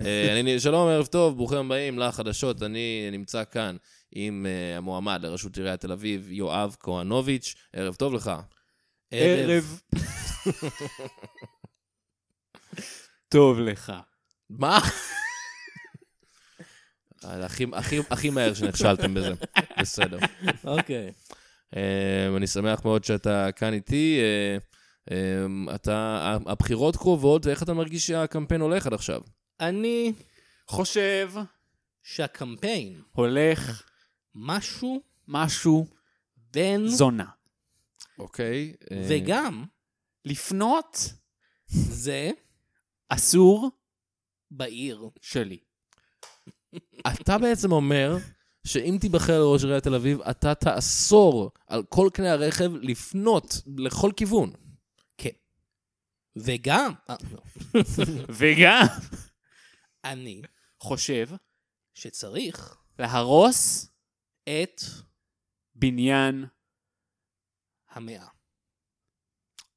S2: אה, אני- שלום, ערב טוב, ברוכים הבאים לחדשות. אני נמצא כאן עם אה, המועמד לראשות עיריית תל אביב, יואב כהנוביץ'. ערב טוב לך.
S4: ערב. טוב לך.
S2: מה? הכי- הכי- הכי מהר שנכשלתם בזה. בסדר.
S3: אוקיי.
S2: אמ, אני שמח מאוד שאתה כאן איתי. אה, אמ, אתה, הבחירות קרובות, ואיך אתה מרגיש שהקמפיין הולך עד עכשיו?
S3: אני,
S4: חושב,
S3: שהקמפיין,
S4: הולך,
S3: משהו
S4: משהו,
S3: בין,
S4: זונה.
S2: אוקיי. אה,
S3: וגם,
S4: לפנות,
S3: זה,
S4: אסור,
S3: בעיר.
S4: שלי.
S2: אתה בעצם אומר שאם תיבחר לראש עיריית תל אביב, אתה תאסור על כל כלי הרכב לפנות לכל כיוון.
S3: כן. וגם, אה, לא.
S4: וגם,
S3: אני,
S4: חושב,
S3: שצריך
S4: להרוס
S3: את
S4: בניין.
S3: המאה.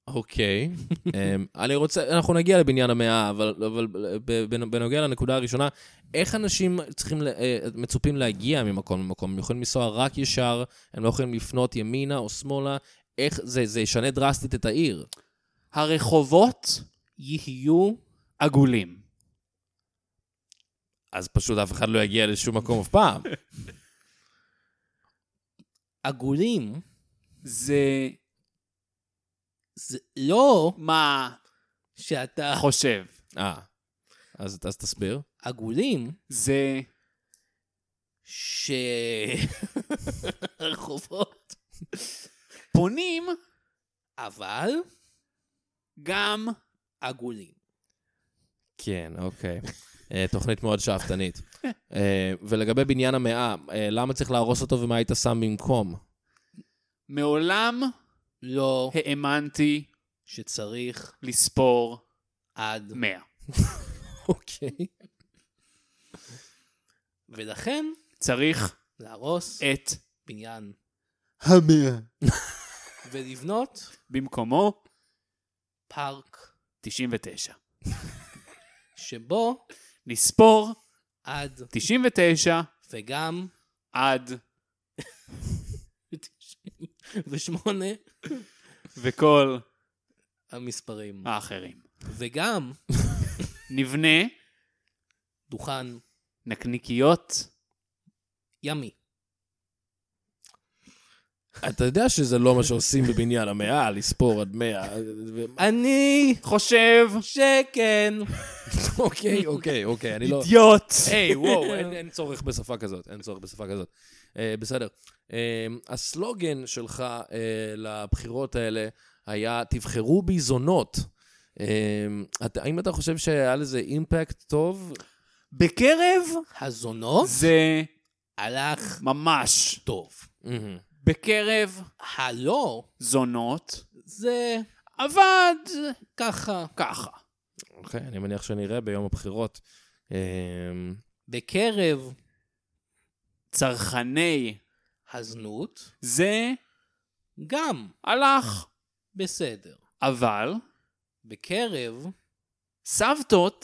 S2: אוקיי. אמ, אני רוצה, אנחנו נגיע לבניין המאה, אבל, אבל ב- בנ- בנוגע לנקודה הראשונה, איך אנשים צריכים, ל- אה, מצופים להגיע ממקום למקום? הם יכולים לנסוע רק ישר, הם לא יכולים לפנות ימינה או שמאלה, איך זה, זה ישנה דרסטית את העיר.
S4: הרחובות
S3: יהיו
S4: עגולים.
S2: אז פשוט אף אחד לא יגיע לשום מקום אף פעם.
S3: עגולים,
S4: זה
S3: זה לא
S4: מה
S3: שאתה
S4: חושב.
S2: אה, אז, אז תסביר.
S3: עגולים,
S4: זה
S3: שהרחובות,
S4: פונים
S3: אבל
S4: גם
S3: עגולים.
S2: כן, אוקיי. אה, תוכנית מאוד שאפתנית. אה, ולגבי בניין המאה, אה, למה צריך להרוס אותו ומה היית שם במקום?
S4: מעולם
S3: לא
S4: האמנתי
S3: שצריך
S4: לספור
S3: עד.
S4: 100.
S2: אוקיי.
S3: ולכן,
S4: צריך
S3: להרוס
S4: את
S3: בניין
S4: המאה.
S3: ולבנות
S4: במקומו,
S3: פארק
S4: 99.
S3: שבו
S4: לספור
S3: עד
S4: 99
S3: וגם
S4: עד,
S3: ושמונה
S4: וכל
S3: המספרים.
S4: אה. האחרים.
S3: וגם
S4: נבנה
S3: דוכן
S4: נקניקיות.
S3: ימי.
S2: אתה יודע שזה לא מה שעושים בבניין המאה, לספור עד מאה. ו-
S3: אני
S4: חושב,
S3: שכן.
S2: אוקיי, אוקיי, אוקיי, אני לא...
S4: אידיוט.
S2: היי, וואו, אין, אין צורך בשפה כזאת, אין צורך בשפה כזאת. Uh, בסדר. Uh, הסלוגן שלך uh, לבחירות האלה היה, תבחרו בי זונות. Uh, אתה- האם אתה חושב שהיה לזה אימפקט טוב?
S4: בקרב
S3: הזונות
S4: זה
S3: הלך
S4: ממש
S3: טוב.
S2: מהמם.
S4: בקרב
S3: הלא
S4: זונות
S3: זה
S4: עבד
S3: ככה.
S4: ככה.
S2: אוקיי, אני מניח שנראה ביום הבחירות. אה,
S3: בקרב
S4: צרכני
S3: הזנות
S4: זה
S3: גם
S4: הלך,
S3: בסדר.
S4: אבל
S3: בקרב
S4: סבתות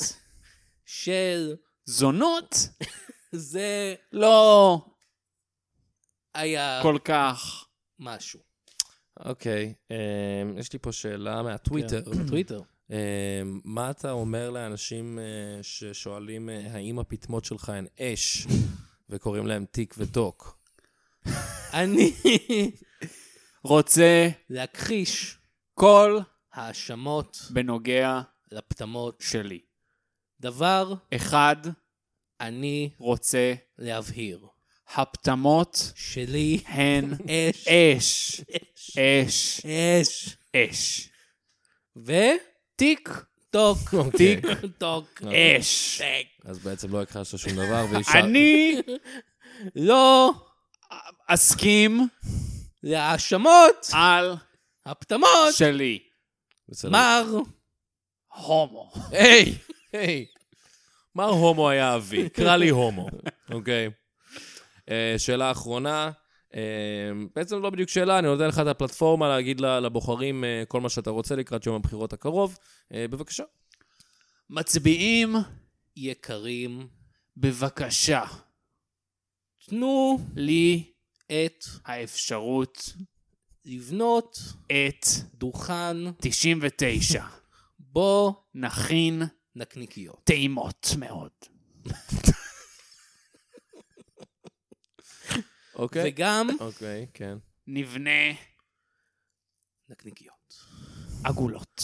S3: של
S4: זונות
S3: זה
S4: לא
S3: היה
S4: כל כך.
S3: משהו.
S2: אוקיי, אה, יש לי פה שאלה מהטוויטר.
S3: טוויטר.
S2: אה, מה אתה אומר לאנשים אה, ששואלים אה, האם הפטמות שלך הן אש, וקוראים להם טיק וטוק?
S3: אני
S4: רוצה
S3: להכחיש
S4: כל
S3: האשמות
S4: בנוגע
S3: לפטמות.
S4: שלי.
S3: דבר
S4: אחד,
S3: אני
S4: רוצה
S3: להבהיר.
S4: הפטמות
S3: שלי
S4: הן
S3: אש,
S4: אש,
S3: אש,
S4: אש,
S3: אש,
S4: אש.
S3: וטיק טוק, אה.
S2: אוקיי.
S3: טיק טוק,
S4: אש.
S3: טק.
S2: אז בעצם לא הכחשת שום דבר, ואישה...
S4: אני
S3: לא
S4: אסכים
S3: להאשמות,
S4: על
S3: הפטמות,
S4: שלי.
S2: בסדר.
S3: מר,
S4: הומו.
S2: היי! היי! מר הומו היה אבי, קרא לי הומו, אוקיי? אה, שאלה אחרונה, אה, בעצם לא בדיוק שאלה, אני נותן לך את הפלטפורמה להגיד ל- לבוחרים אה, כל מה שאתה רוצה לקראת יום הבחירות הקרוב. אה, בבקשה.
S4: מצביעים,
S3: יקרים,
S4: בבקשה,
S3: תנו
S4: לי
S3: את
S4: האפשרות
S3: לבנות
S4: את
S3: דוכן
S4: 99.
S3: בו
S4: נכין
S3: נקניקיות.
S4: טעימות מאוד.
S3: כן.
S2: אוקיי?
S3: וגם
S2: אוקיי, כן.
S4: נבנה
S3: נקניקיות.
S4: עגולות.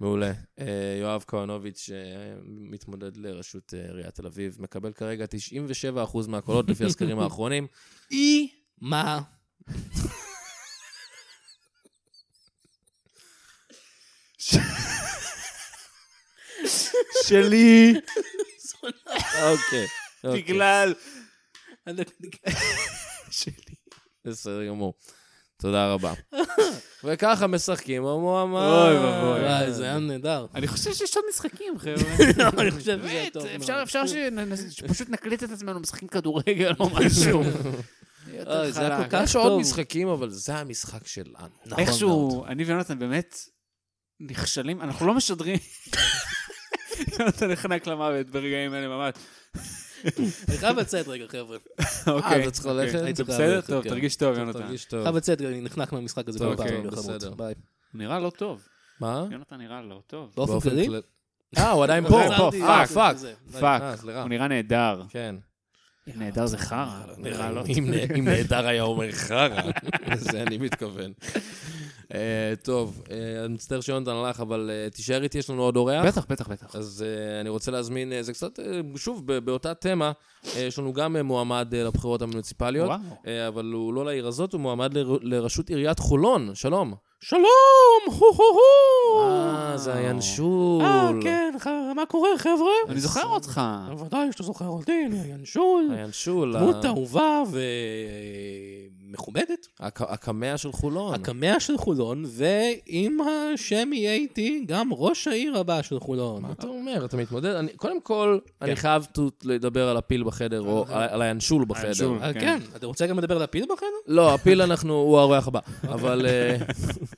S2: מעולה. אה, יואב כהנוביץ' אה, מתמודד לראשות אה, עיריית תל אביב, מקבל כרגע 97% מהקולות לפי הסקרים האחרונים.
S4: אי
S3: מה?
S4: שלי
S2: אוקיי. אוקיי.
S4: בגלל
S3: הנקניקיות.
S4: שלי.
S2: בסדר גמור. תודה רבה. וככה משחקים, המועמד.
S4: אוי ואבוי.
S3: וואי, זה היה נהדר.
S4: אני חושב שיש עוד משחקים, חבר'ה.
S3: לא, אני חושב שזה
S4: באמת,
S3: טוב מאוד.
S4: אפשר- אפשר שנ- שפשוט נקליט את עצמנו משחקים כדורגל או משהו. יהיה יותר
S3: אוי, זה היה
S4: חלק.
S3: כל כך
S2: יש
S3: טוב.
S2: עוד משחקים, אבל זה המשחק שלנו.
S3: נכון מאוד.
S4: איכשהו, אני ויונתן באמת נכשלים, אנחנו לא משדרים. יונתן נחנק למוות ברגעים אלה ממש.
S3: אני חייב לצאת רגע, חבר'ה.
S4: אוקיי.
S2: אה, אתה צריך ללכת?
S4: אוקיי.
S3: הייתי
S4: אתה
S3: חייב
S4: בסדר?
S3: ללכת,
S4: טוב,
S3: כן.
S4: תרגיש טוב,
S2: טוב,
S4: יונתן.
S2: תרגיש טוב.
S3: חייב לצאת, אני נחנק מהמשחק הזה
S2: טוב,
S3: כל לא פעם,
S2: אוקיי,
S3: אני חמוד.
S2: בסדר.
S3: ביי.
S4: נראה לא טוב.
S2: מה?
S4: יונתן נראה לא טוב.
S3: באופן כללי?
S2: כלל- אה, הוא עדיין פה.
S4: הוא עדיין פה,
S3: חזרתי,
S4: פאק,
S3: זה,
S2: פאק.
S3: זה, זה.
S4: פאק.
S2: אה, סליחה. אה,
S4: הוא נראה נהדר.
S2: כן.
S4: נהדר זה חרא. נראה לא
S2: אם נהדר היה אומר חרא, לזה אני מתכוון. אה, טוב, אה, אני מצטער שיונתן הלך, אבל אה, תישאר איתי, יש לנו עוד אורח.
S4: בטח, בטח, בטח.
S2: אז אה, אני רוצה להזמין, אה, זה קצת, אה, שוב, ב- באותה תמה, אה, יש לנו גם אה, מועמד אה, לבחירות המוניציפליות,
S4: וואו.
S2: אה, אבל הוא לא לעיר הזאת, הוא מועמד לר- לראשות עיריית חולון, שלום.
S3: שלום! הו הו הו!
S2: אה, זה הינשול.
S3: אה, כן, ח- מה קורה, חבר'ה?
S2: אה,
S4: אני זוכר אותך.
S3: בוודאי שאתה זוכר אותי, אני הינשול.
S2: הינשול, ה-
S3: דמות אהובה ומכובדת.
S2: הק- הקמע של חולון.
S3: הקמע של חולון, ואם השם יהיה איתי, גם ראש העיר הבא של חולון.
S2: מה אתה אומר? אתה מתמודד? אני- קודם כל,
S3: כן.
S2: אני חייב to- לדבר על הפיל בחדר, או על- על הינשול בחדר.
S4: הינשול.
S3: אה, כן,
S4: כן.
S3: אתה רוצה גם לדבר על הפיל בחדר?
S2: לא, הפיל אנחנו, הוא האורח הבא. אבל אה,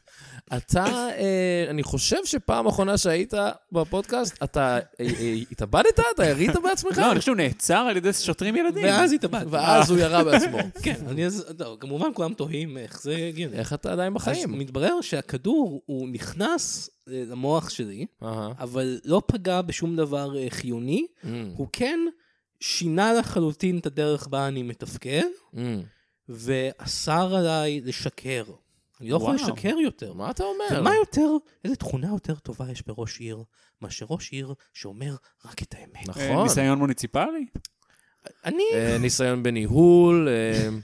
S2: אתה, אה, אני חושב שפעם אחרונה שהיית בפודקאסט, אתה אה, אה, התאבדת? אתה ירית בעצמך?
S4: לא, אני חושב שהוא נעצר על ידי שוטרים ילדים.
S3: ואז התאבדת.
S2: ואז הוא ירה בעצמו.
S3: כן, אני אז... לא, כמובן כולם תוהים איך זה הגיע. לי.
S2: איך אתה עדיין
S3: אז
S2: בחיים?
S3: מתברר שהכדור, הוא נכנס אה, למוח שלי,
S2: אהה.
S3: אבל לא פגע בשום דבר אה, חיוני.
S2: אמ,
S3: הוא כן שינה לחלוטין את הדרך בה אני מתפקד,
S2: אמ.
S3: ואסר עליי לשקר. אני לא יכול
S4: וואו.
S3: לשקר יותר.
S2: מה אתה אומר?
S3: ומה יותר, איזה תכונה יותר טובה יש בראש עיר, מאשר ראש עיר שאומר רק את האמת.
S4: אה,
S2: נכון.
S4: ניסיון מוניציפלי?
S3: אני,
S2: אה, ניסיון בניהול, אה, אוקיי.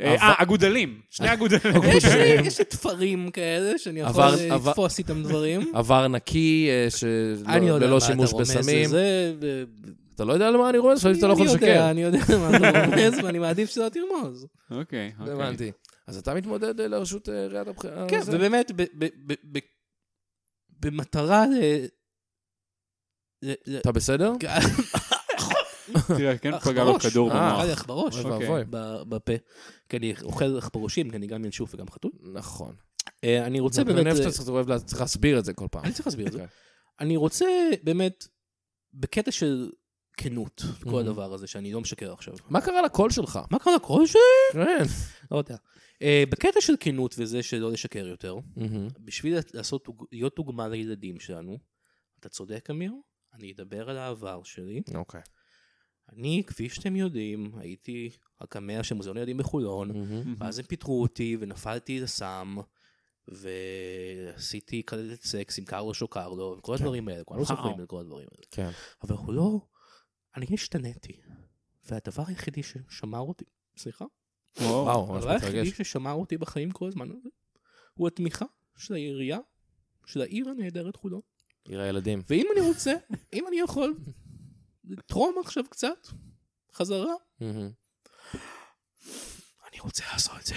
S4: אה,
S2: אבל-
S4: אה, אגודלים. שני אגודלים.
S3: יש לי, יש לי תפרים כאלה שאני יכול
S2: עבר-
S3: אה,
S2: עבר-
S3: לתפוס איתם דברים.
S2: עבר נקי, אה, של-
S3: אני לא יודע
S2: ללא
S3: מה אתה
S2: שימוש
S3: רומז
S2: בסמים.
S3: לזה, ו-
S2: אתה לא יודע על מה אני רומז? חשבתי שאתה לא
S3: אני
S2: יכול לשקר.
S3: יודע, אני יודע מה אתה רומז, ואני מעדיף שלא תרמוז.
S4: אוקיי, אוקיי.
S2: הבנתי. אז אתה מתמודד אה, לראשות אה, עיריית הבחירה.
S3: כן, ובאמת, ב- ב- ב- ב- במטרה ל... ל- ל-
S2: אתה בסדר?
S4: תראה, כן
S3: אך
S4: פגע לו
S3: בראש.
S4: כדור
S2: אה.
S4: במוח.
S3: נראה לי אך בראש,
S2: אוי
S4: אוקיי.
S2: ואבוי.
S3: ב- בפה. כי אני אוכל אך בראשים, כי אני גם ינשוף וגם חתול.
S2: נכון.
S3: אה, אני רוצה
S2: זה
S3: באמת...
S2: באמת... אני שאתה אוהב לה- צריך להסביר את זה כל פעם.
S3: אני צריך להסביר את זה.
S4: אוקיי.
S2: כן.
S3: אני רוצה באמת, בקטע של כנות, כל
S2: Mhm.
S3: הדבר הזה, שאני לא משקר עכשיו.
S2: מה קרה לקול שלך?
S3: מה קרה לקול שלי?
S2: כן.
S3: לא יודע. אה, בקטע של כנות וזה שלא לשקר יותר, בשביל לעשות, להיות דוגמה לילדים שלנו, אתה צודק, אמיר, אני אדבר על העבר שלי.
S2: אוקיי.
S3: אני, כפי שאתם יודעים, הייתי הקמע של מוזיאון ילדים בחולון, ואז הם פיטרו אותי ונפלתי לסם, ועשיתי קלטת סקס עם קרלו שוקרלו, וכל הדברים האלה, כולנו
S4: וואו.
S3: זוכרים את כל הדברים האלה.
S2: כן.
S3: אבל הוא לא, אני השתנתי, והדבר היחידי ששמר אותי, סליחה?
S4: וואו.
S2: וואו, ממש
S3: הדבר היחידי
S2: מתרגש.
S3: ששמר אותי בחיים כל הזמן הזה, הוא התמיכה של העירייה, של העיר הנהדרת חולון.
S2: עיר הילדים.
S3: ואם אני רוצה, אם אני יכול, לתרום עכשיו קצת, חזרה,
S2: מהמם.
S3: אני רוצה לעשות את זה.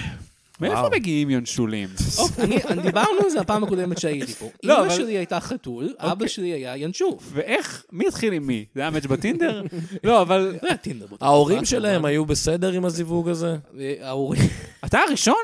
S4: מאיפה
S2: וואו.
S4: מגיעים ינשולים?
S3: אופ, אוקיי, אני- אני- דיברנו על זה הפעם הקודמת שהייתי פה.
S4: לא,
S3: אמא
S4: אבל-
S3: שלי הייתה חתול, אבא שלי היה ינשוף.
S4: ואיך, מי התחיל עם מי? זה היה מאץ' בטינדר? לא, אבל
S3: זה היה טינדר באותה
S2: ההורים
S3: תקופה,
S2: שלהם
S3: כמובן.
S2: היו בסדר עם הזיווג הזה?
S3: אה, ההורים.
S4: אתה הראשון?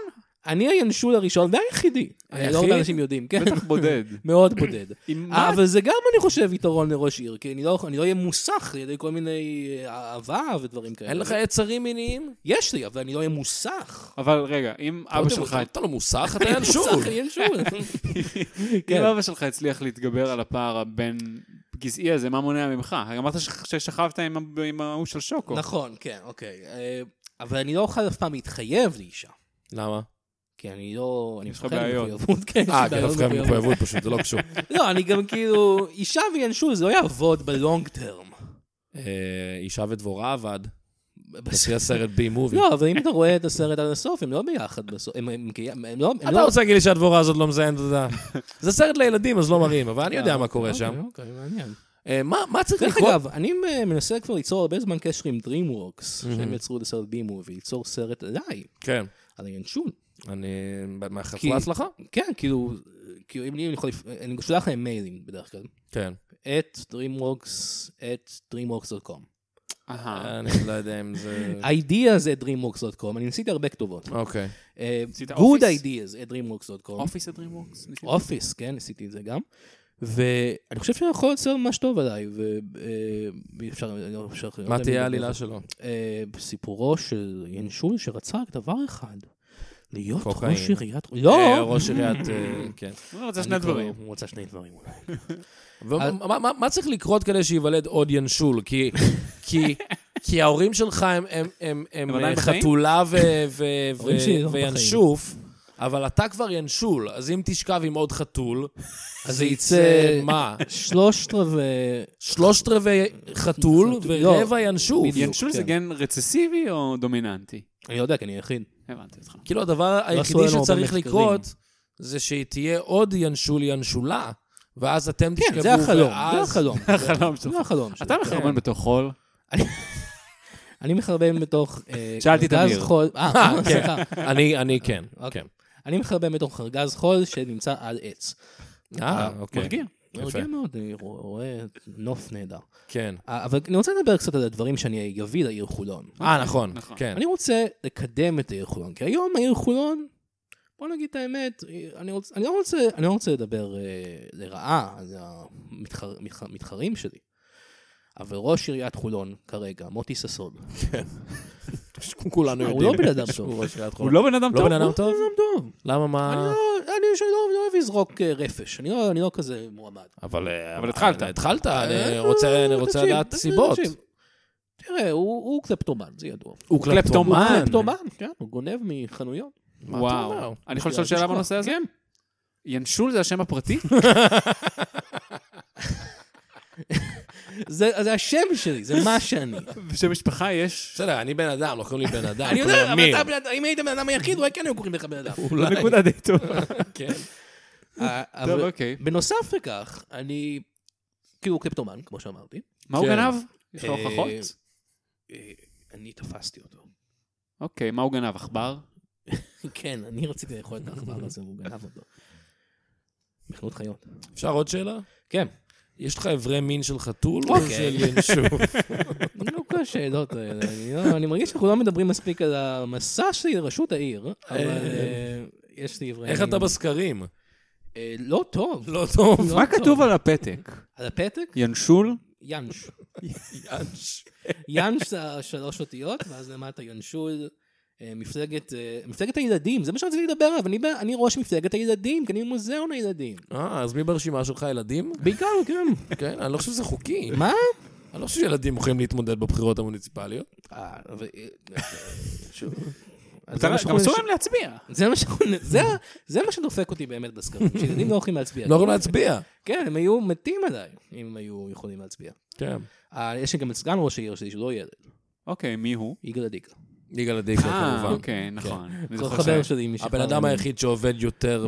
S3: אני הינשול הראשון והיחידי.
S2: היחיד?
S3: לא הרבה אנשים יודעים, כן.
S4: בטח בודד.
S3: מאוד בודד. אה,
S4: עם מה?
S3: אבל זה גם, אני חושב, יתרון לראש עיר, כי אני לא אני לא אהיה מוסך על ידי כל מיני אה, אהבה ודברים כאלה.
S2: אין לך יצרים מיניים?
S3: יש לי, אבל אני לא אהיה מוסך.
S4: אבל רגע, אם אבא
S2: קודם,
S4: שלך...
S2: אתה לא מוסך, אתה ינשול.
S3: מוסך אני ינשול.
S4: אם
S3: כן.
S4: אבא שלך הצליח להתגבר על הפער הבין גזעי הזה, מה מונע ממך? הרי אמרת ש- ששכבת עם ה- עם ההוא של שוקו.
S3: נכון, כן, אוקיי. אה, אבל אני לא אוכל אף פעם להתחייב לאישה.
S2: למה?
S3: כי אני לא... אני
S4: יש לך
S3: מפחד
S4: בעיות.
S3: ממחויבות, כן. יש לי
S2: אה,
S3: בעיות
S2: דווקא
S3: מחויבות.
S2: מחויבות פשוט, זה לא קשור.
S3: לא, אני גם כאילו... אישה וינשול, זה לא יעבוד בלונג טרם.
S2: אה, אישה ודבורה עבד, לפי הסרט בי מובי.
S3: לא, אבל אם אתה רואה את הסרט עד הסוף, הם לא ביחד בסוף. הם- הם כאילו... הם לא... הם
S2: אתה
S3: לא-
S2: רוצה להגיד לי שהדבורה הזאת לא מזיינת אותה? זה סרט לילדים, אז לא מראים, אבל אני יודע מה קורה
S3: אוקיי,
S2: שם.
S3: אוקיי, מעניין.
S2: אה, מה מה צריך
S3: דרך
S2: לקרות?
S3: אגב, אני אה, מנסה כבר ליצור הרבה זמן קשר עם DreamWorks, שהם יצרו את הסרט בימו, וליצור סרט עליי,
S2: כן.
S3: על הינשול.
S2: אני לא- מאחל
S3: כי-
S2: לך להצלחה.
S3: כן, כאילו, כאילו, אם לי, אני יכול, לפ- אני שולח להם מיילים בדרך כלל,
S2: כן.
S3: את DreamWorks, את DreamWorks.com.
S4: אהה.
S3: אה.
S2: אני לא יודע אם זה...
S3: ideas at DreamWorks.com, אני ניסיתי הרבה כתובות.
S2: אוקיי.
S3: אה,
S4: עשית
S3: Good
S4: Office?
S3: ideas at DreamWorks.com.
S4: אופיס הדרימוורקס?
S3: אופיס, כן, ניסיתי את זה גם. ואני חושב שאני יכול לצייר ממש טוב עליי, אה, ואפשר...
S2: מה תהיה העלילה שלו?
S3: אה, בסיפורו של ינשול שרצה רק דבר אחד, להיות
S2: קוקאין.
S3: ראש עיריית...
S2: אה,
S3: לא!
S2: ראש עיריית... אה, כן.
S4: לא, זה שני
S3: אני כבר-
S4: דברים.
S3: הוא רוצה שני דברים אולי.
S2: ומה- מה- מה- מה צריך לקרות כדי שייוולד עוד ינשול? כי- כי... כי ההורים שלך הם- הם- הם- הם
S4: הם עדיין
S2: אה,
S4: בחיים?
S2: חתולה ו- ו-
S3: ההורים שלי
S2: ו-
S3: לא בחיים.
S2: וינשוף, אבל אתה כבר ינשול, אז אם תשכב עם עוד חתול, אז זה יצא
S3: יצא-
S2: מה?
S3: שלושת רבעי...
S2: שלושת רבעי חתול
S3: חתול, לא.
S2: ורבע ינשול.
S3: בדיוק.
S4: ינשול זה
S3: כן.
S4: גן רצסיבי או דומיננטי?
S3: אני לא יודע, כי אני יחיד.
S4: הבנתי אותך.
S2: כאילו הדבר
S3: עשו
S2: היחידי
S3: לנו הרבה
S2: שצריך
S3: מחקרים.
S2: לקרות, זה שהיא תהיה עוד ינשול ינשולה, ואז אתם תשכבו,
S3: כן, זה החלום, זה
S2: ואז-
S3: החלום.
S4: החלום שלך.
S3: זה החלום שלי.
S4: אתה מחרבן בתוך חול.
S3: אני מחרבן בתוך... אה,
S4: שאלתי את
S3: ארגז
S4: אמיר.
S3: חול- אה,
S2: כן.
S3: סליחה.
S2: אני, אני כן,
S3: אוקיי.
S2: כן.
S3: אני מחרבן בתוך ארגז חול שנמצא על עץ.
S2: אה, אוקיי.
S4: מרגיע.
S2: יפה.
S3: מרגיע מאוד, אני רוא- רואה נוף נהדר.
S2: כן.
S3: אה, אבל אני רוצה לדבר קצת על הדברים שאני אביא לעיר חולון.
S2: אה, נכון,
S4: נכון.
S2: כן.
S3: אוקיי, אני רוצה לקדם את העיר חולון, כי היום העיר חולון, בוא נגיד את האמת, אני, רוצ, אני, לא, רוצה, אני לא רוצה לדבר אה, לרעה על המתחר, מתח- מתחרים שלי, אבל ראש עיריית חולון כרגע, מוטי ששון,
S2: כן. כולנו
S3: הוא
S2: יודעים.
S3: לא בן אדם טוב.
S2: הוא ראש עיריית חולון.
S4: הוא לא בן אדם
S2: לא
S4: טוב.
S2: בן אדם טוב?
S3: טוב.
S2: למה,
S3: אני
S2: מה...
S3: לא, אני שאני לא, לא אוהב לזרוק אה, רפש, אני לא, אני לא כזה מועמד.
S2: אבל... אה,
S4: אבל התחלת.
S2: התחלת, אני
S3: אה,
S2: רוצה- אני רוצה
S3: תקשיב,
S2: לדעת
S3: תקשיב,
S2: סיבות.
S3: תקשיב. תראה, הוא הוא קלפטומן, זה ידוע.
S2: הוא
S4: קלפטומן.
S3: הוא
S4: מן.
S3: קלפטומן, כן, הוא גונב מחנויות.
S2: מה אתה אומר?
S4: וואו. אני יכול לשאול
S3: שנייה,
S4: שאלה
S3: לשמוע.
S4: בנושא הזה? ינשול זה השם הפרטי?
S3: זה זה השם שלי, זה מה שאני.
S4: בשם משפחה יש?
S2: בסדר, אני בן אדם, לא קוראים לי בן אדם.
S3: אני
S2: קוראים לי
S3: יודע, אבל
S2: אמיר.
S3: אתה בן אדם, אם היית בן אדם היחיד, אולי כן היו קוראים לך בן אדם.
S4: לא נקודה די טוב.
S2: כן.
S3: אה, אבל-
S4: טוב, אוקיי.
S3: בנוסף לכך, אני כאילו קלפטומן, כמו שאמרתי.
S4: מה הוא
S2: כן.
S4: גנב? יש לך
S3: אה,
S4: הוכחות?
S3: אה, אני תפסתי אותו.
S4: אוקיי, מה הוא גנב? עכבר?
S3: כן, אני רציתי לאכול את העכבר הזה, והוא גנב אותו. מחנות חיות.
S2: אפשר עוד שאלה?
S3: כן.
S2: יש לך אברי מין של חתול? או
S3: אוקיי.
S2: של ינשוף?
S3: לא כל השאלות האלה. אני לא- אני מרגיש שאנחנו לא מדברים מספיק על המסע שלי לראשות העיר, אבל אה, יש לי עברי...
S2: איך אתה בסקרים?
S3: אה, לא טוב.
S2: לא טוב.
S3: לא
S4: מה
S3: טוב.
S4: כתוב על הפתק?
S3: על הפתק?
S4: ינשול?
S3: ינש.
S2: ינש.
S3: ינש זה השלוש אותיות, ואז למטה ינשול. אה, מפלגת, אה, מפלגת הילדים, זה מה שרציתי לדבר עליו, אני, ב- אני ראש מפלגת הילדים, כי אני מוזיאון הילדים.
S2: אה, אז מי ברשימה שלך, ילדים?
S3: בעיקר, כן.
S2: כן, אני לא חושב שזה חוקי.
S3: מה?
S2: אני לא חושב שילדים יכולים להתמודד בבחירות המוניציפליות.
S3: אה, אבל... אה, שוב. אז
S4: אתה-
S3: זה מה שאנחנו
S4: גם אסור
S3: נש-
S4: להם להצביע.
S3: זה מה שאנחנו נ- זה ה- זה מה שדופק אותי באמת בסקרים, שילדים לא הולכים להצביע.
S2: לא יכולים להצביע.
S3: כן, הם היו מתים עליי, אם הם היו יכולים להצביע.
S2: כן.
S3: אה, יש לי גם את סגן ראש העיר שלי, שהוא לא ילד,
S4: אוקיי, מי הוא?
S3: יגאל עדיקה.
S2: יגאל עדיקה,
S4: אה,
S2: כמובן.
S4: אוקיי, נכון. אני
S3: כן. כל
S4: זוכר
S3: חבר
S4: ש-
S3: שלי משפחה.
S2: הבן אדם היחיד שעובד יותר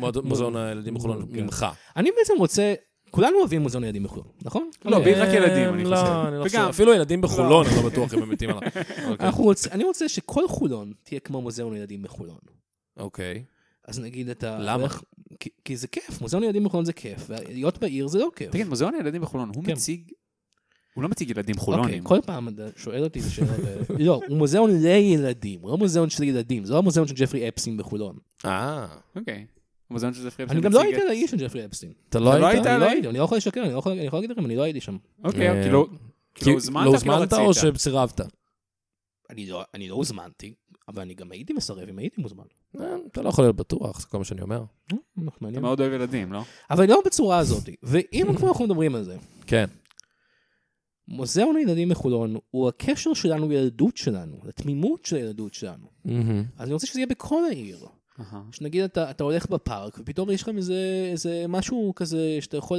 S2: במוזיאון הילדים בחולון
S4: אוקיי.
S3: כן.
S2: ממך.
S3: אני בעצם רוצה, כולנו אוהבים מוזיאון ילדים בחו"ל, נכון?
S4: לא, בי- רק ילדים, אני
S2: אה,
S4: חושב.
S2: לא, אני לא חושב.
S4: וגם-
S2: אפילו ילדים בחולון, אני לא בטוח אם הם מתים עליו. אוקיי.
S3: אנחנו רוצ... אני רוצה שכל חולון תהיה כמו מוזיאון ילדים בחולון.
S2: אוקיי.
S3: אז נגיד אתה...
S2: למה?
S3: כי, כי זה כיף, מוזיאון ילדים בחולון זה כיף, ולהיות בעיר זה לא כיף.
S4: תגיד, מוזיאון הילדים בחולון, הוא
S3: כן.
S4: מציג... הוא לא מציג ילדים
S3: אוקיי,
S4: חולונים.
S3: כל פעם אתה שואל אותי את השאלה האלה. לא, הוא מוזיאון לילדים, הוא לא מוזיאון של ילדים, זה לא המוזיאון של ג'פרי אפסטין בחולון.
S2: אה.
S4: אוקיי. המוזיאון של זפרי
S3: אני גם לא הייתי על האי של ג'פרי אפסטין.
S2: אתה לא היית?
S4: היית?
S3: אני לא
S4: עליי?
S3: הייתי, אני לא יכול לשקר, אני לא יכול אני יכול להגיד לכם, אני לא הייתי שם.
S2: אה,
S4: אוקיי, כאילו...
S2: כי-
S4: כאילו הוזמנת,
S2: לא
S4: כי לא
S2: הוזמנת או
S4: רצית.
S2: שסירבת?
S3: אני לא- אני לא הוזמנתי, אבל אני גם הייתי מסרב אם הייתי מוזמן.
S2: אה, אתה לא יכול להיות בטוח, זה כל מה שאני אומר.
S4: אתה
S3: אה, מעניין.
S4: מאוד אוהב ילדים, לא?
S3: אבל לא בצורה הזאת. ואם כבר אנחנו מדברים על זה,
S2: כן.
S3: מוזיאון הילדים מחולון הוא הקשר שלנו לילדות שלנו, לתמימות של הילדות שלנו. אז אני רוצה שזה יהיה בכל העיר.
S4: אהה.
S3: שנגיד אתה, אתה הולך בפארק, ופתאום יש לכם איזה, איזה משהו כזה שאתה יכול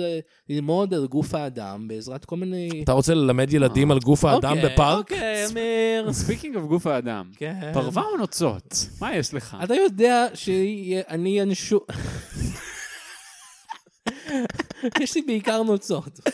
S3: ללמוד על גוף האדם בעזרת כל מיני...
S2: אתה רוצה ללמד ילדים על גוף האדם
S3: אוקיי,
S2: בפארק?
S3: אוקיי, אמיר.
S4: ספיקינג אוף גוף האדם.
S3: כן. אה,
S4: פרווה או נוצות? מה יש לך?
S3: אתה יודע שאני אנשו... יש לי בעיקר נוצות.
S4: אוקיי.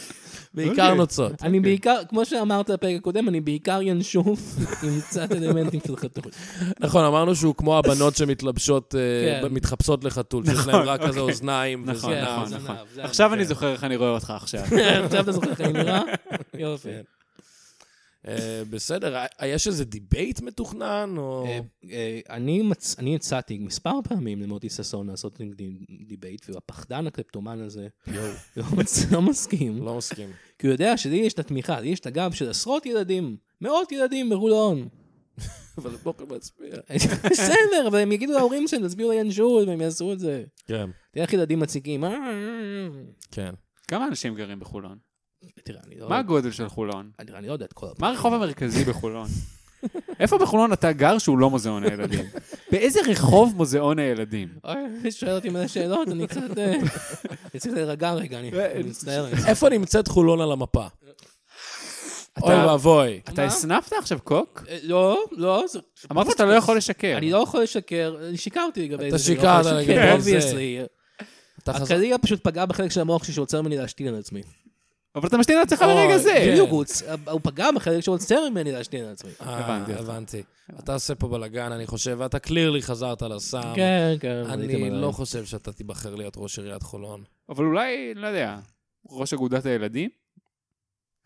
S2: בעיקר נוצות.
S3: אני בעיקר, כמו שאמרת בפרק הקודם, אני בעיקר ינשוף עם קצת אלמנטים של חתול.
S2: נכון, אמרנו שהוא כמו הבנות שמתלבשות, אה,
S3: כן.
S2: מתחפשות לחתול, שיש להם רק כזה אוזניים
S4: נכון,
S2: וזנב.
S4: נכון,
S3: זנב,
S4: נכון.
S3: זנב.
S4: עכשיו אני זוכר איך אני רואה אותך עכשיו.
S3: עכשיו אתה זוכר איך אני נראה? יופי.
S2: כן. אה, בסדר, אה, יש איזה דיבייט מתוכנן, או...
S3: אה, אה, אני מצ- אני הצעתי מספר פעמים למוטי ששון לעשות נגדי דיבייט, והפחדן הקלפטומן הזה לא מצ- לא מסכים,
S2: לא מסכים.
S3: כי הוא יודע שלי יש את התמיכה, לי יש את הגב של עשרות ילדים, מאות ילדים בחולון.
S2: אבל הם לא יכולים להצביע.
S3: בסדר, אבל הם יגידו להורים שהם תצביעו לינשול, והם יעשו את זה.
S2: כן,
S3: תראה איך ילדים מציגים. "אה, אה,
S2: כן.
S4: כמה אנשים גרים בחולון?
S3: אה." תראה, אני לא... אה,
S4: מה הגודל של חולון?
S3: אני אני לא יודע את כל הפרטים.
S4: מה הרחוב המרכזי בחולון? איפה בחולון אתה גר שהוא לא מוזיאון הילדים? באיזה רחוב מוזיאון הילדים?
S3: אוי, אה, שואל אותי מלא שאלות, אני קצת... אה, אני צריך להירגע רגע, אני אני מצטער. אני-
S2: איפה נמצאת חולון על המפה? אוי ואבוי.
S4: אתה הסנפת עכשיו קוק?
S3: אה, לא, לא, זה-
S4: אמרת שאתה לא יכול לשקר.
S3: אני לא יכול לשקר, אני שיקרתי לגבי
S2: אתה
S3: זה. שאני לא יכול
S2: שיקרת
S3: לשקר,
S2: לגבי זה.
S3: obviously.
S2: אתה חזק.
S3: הקליע פשוט פגע בחלק של המוח שלי שעוצר ממני להשתין על עצמי.
S2: כן.
S4: אבל אתה משתין על עצמך
S2: אוי,
S4: ברגע זה.
S2: כן.
S3: בדיוק, הוא הוצ- הוא פגע בחלק שעוצר ממני להשתין על עצמי.
S2: הבנתי.
S4: הבנתי אותך.
S2: אה, הבנתי. אתה עושה פה בלאגן, אני חושב, ואתה קלירלי חזרת לסם.
S3: כן, כן.
S2: אה, אני לא חושב שאתה תיבחר להיות ראש עיריית חולון.
S4: אבל אולי, לא יודע, ראש אגודת הילדים?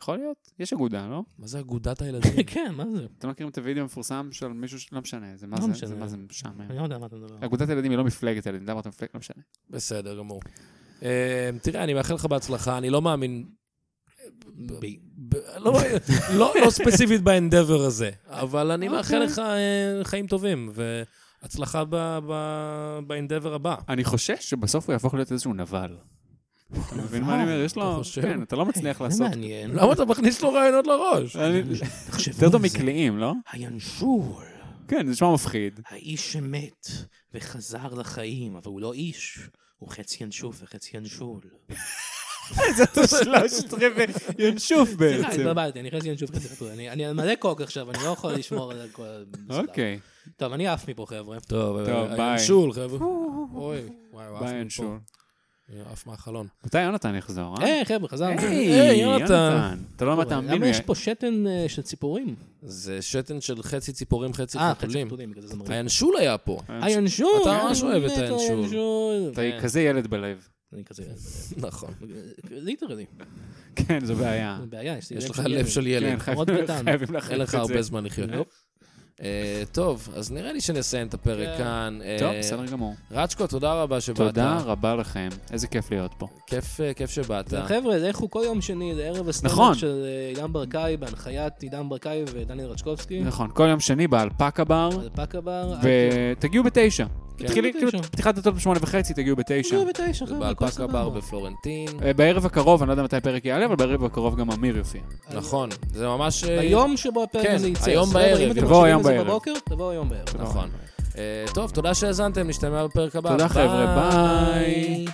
S4: יכול להיות? יש אגודה, לא?
S2: מה זה אגודת הילדים?
S3: כן, מה זה?
S4: אתם לא מכירים את הוידאו המפורסם של מישהו, ש- לא משנה, זה מה
S3: לא
S4: זה,
S3: משנה.
S4: זה מה זה משעמם.
S3: אני לא יודע מה אתה מדבר.
S4: אגודת הילדים היא לא מפלגת הילדים, למה אתה מפלגת? לא משנה.
S2: בסדר גמור. אה, תראה, אני מאחל לך בהצלחה, אני לא מאמין...
S3: בי.
S2: ב- לא- לא לא ספציפית באנדבר הזה, אבל אני מאחל לך אה, חיים טובים והצלחה ב- ב- באנדבר הבא.
S4: אני חושש שבסוף הוא יהפוך להיות איזשהו נבל. אתה מבין מה אני אומר? יש לו...
S2: אתה חושב?
S4: כן, אתה לא מצליח
S3: זה
S4: לעשות.
S3: מעניין.
S2: למה אתה מכניס לו רעיונות לראש?
S4: אני-
S3: תחשבו
S4: יותר טוב
S3: על זה.
S4: מקליעים, לא?
S3: הינשול,
S4: כן, זה נשמע מפחיד.
S3: האיש שמת וחזר לחיים, אבל הוא לא איש. הוא חצי ינשוף וחצי ינשול.
S4: שלושת רבעי ינשוף
S3: סליחה,
S4: בעצם.
S3: לא, התבלבלתי, אני חצי ינשוף חצי חתול. אני אני על מלא קוק עכשיו, אני לא יכול לשמור על כל... המסדר.
S4: אוקיי,
S3: טוב, אני עף מפה, חבר'ה.
S2: טוב, אה,
S4: טוב, ביי.
S2: הינשול, חבר'ה. אוי, וואי, וואי,
S4: ביי אנשול.
S2: עף מהחלון.
S4: מתי יונתן יחזור, אה?
S3: היי, חבר'ה, חזרנו. אה,
S2: היי, יונתן.
S4: אתה לא
S3: למה
S4: מתאמין לי.
S3: יש פה שתן אה, של ציפורים?
S2: זה שתן של חצי ציפורים, חצי
S3: אה, חצי
S2: חתולים.
S3: חתולים, בגלל זה זה מרגיש.
S2: הינשול היה פה.
S4: אה,
S3: הינשול!
S2: אתה ממש אוהב את
S3: באמת,
S2: הינשול.
S4: אתה
S2: כן.
S3: הינשול.
S4: כזה ילד בלב.
S3: אני כזה...
S2: נכון. אה.
S3: ליטרלי.
S4: כן, זו בעיה.
S3: זה בעיה, יש לי
S2: יש לך
S3: של
S2: לב
S3: ילד.
S2: של
S4: כן,
S2: ילד.
S4: חייבים
S3: מאוד קטן.
S4: חייבים
S2: אין לך
S4: להחליף את זה.
S2: הרבה זמן לחיות. אה, טוב, אז נראה לי שנסיים את הפרק
S3: כן.
S2: כאן. אה,
S4: טוב, בסדר גמור.
S2: רצ'קו, תודה רבה שבאת.
S4: תודה רבה לכם, איזה כיף להיות פה.
S2: כיף, אה, כיף שבאת.
S3: חבר'ה, לכו כל יום שני לערב
S4: נכון.
S3: הסטנדאפ של אה, עידן ברקאי, בהנחיית עידן ברקאי ודניאל רצ'קובסקי.
S4: נכון, כל יום שני באלפקה בר,
S3: אלפקה בר.
S4: ותגיעו בתשע. תתחילי,
S3: כן. תגיעו
S4: כאילו,
S3: בתשע.
S4: פתיחת הטופ בשמונה וחצי, תגיעו בתשע.
S3: תגיעו בתשע, חבר'ה, הכל
S2: באלפקה בר
S3: סבבה.
S2: בפלורנטין.
S4: אה, בערב הקרוב, אני לא יודע מתי הפרק יעלה, אבל בערב הקרוב גם אמיר יופיע.
S2: נכון, זה ממש... אה,
S3: היום שבו הפרק
S2: כן,
S3: הזה יצא.
S2: היום
S3: אז חבר'ה,
S2: בערב,
S3: אם אתם
S4: תבואו היום
S3: מקשיבים לזה
S4: בערב.
S3: בבוקר, תבואו היום בערב.
S2: נכון. אה, טוב, תודה שהאזנתם, נשתמע בפרק הבא.
S4: תודה, חבר'ה, ביי.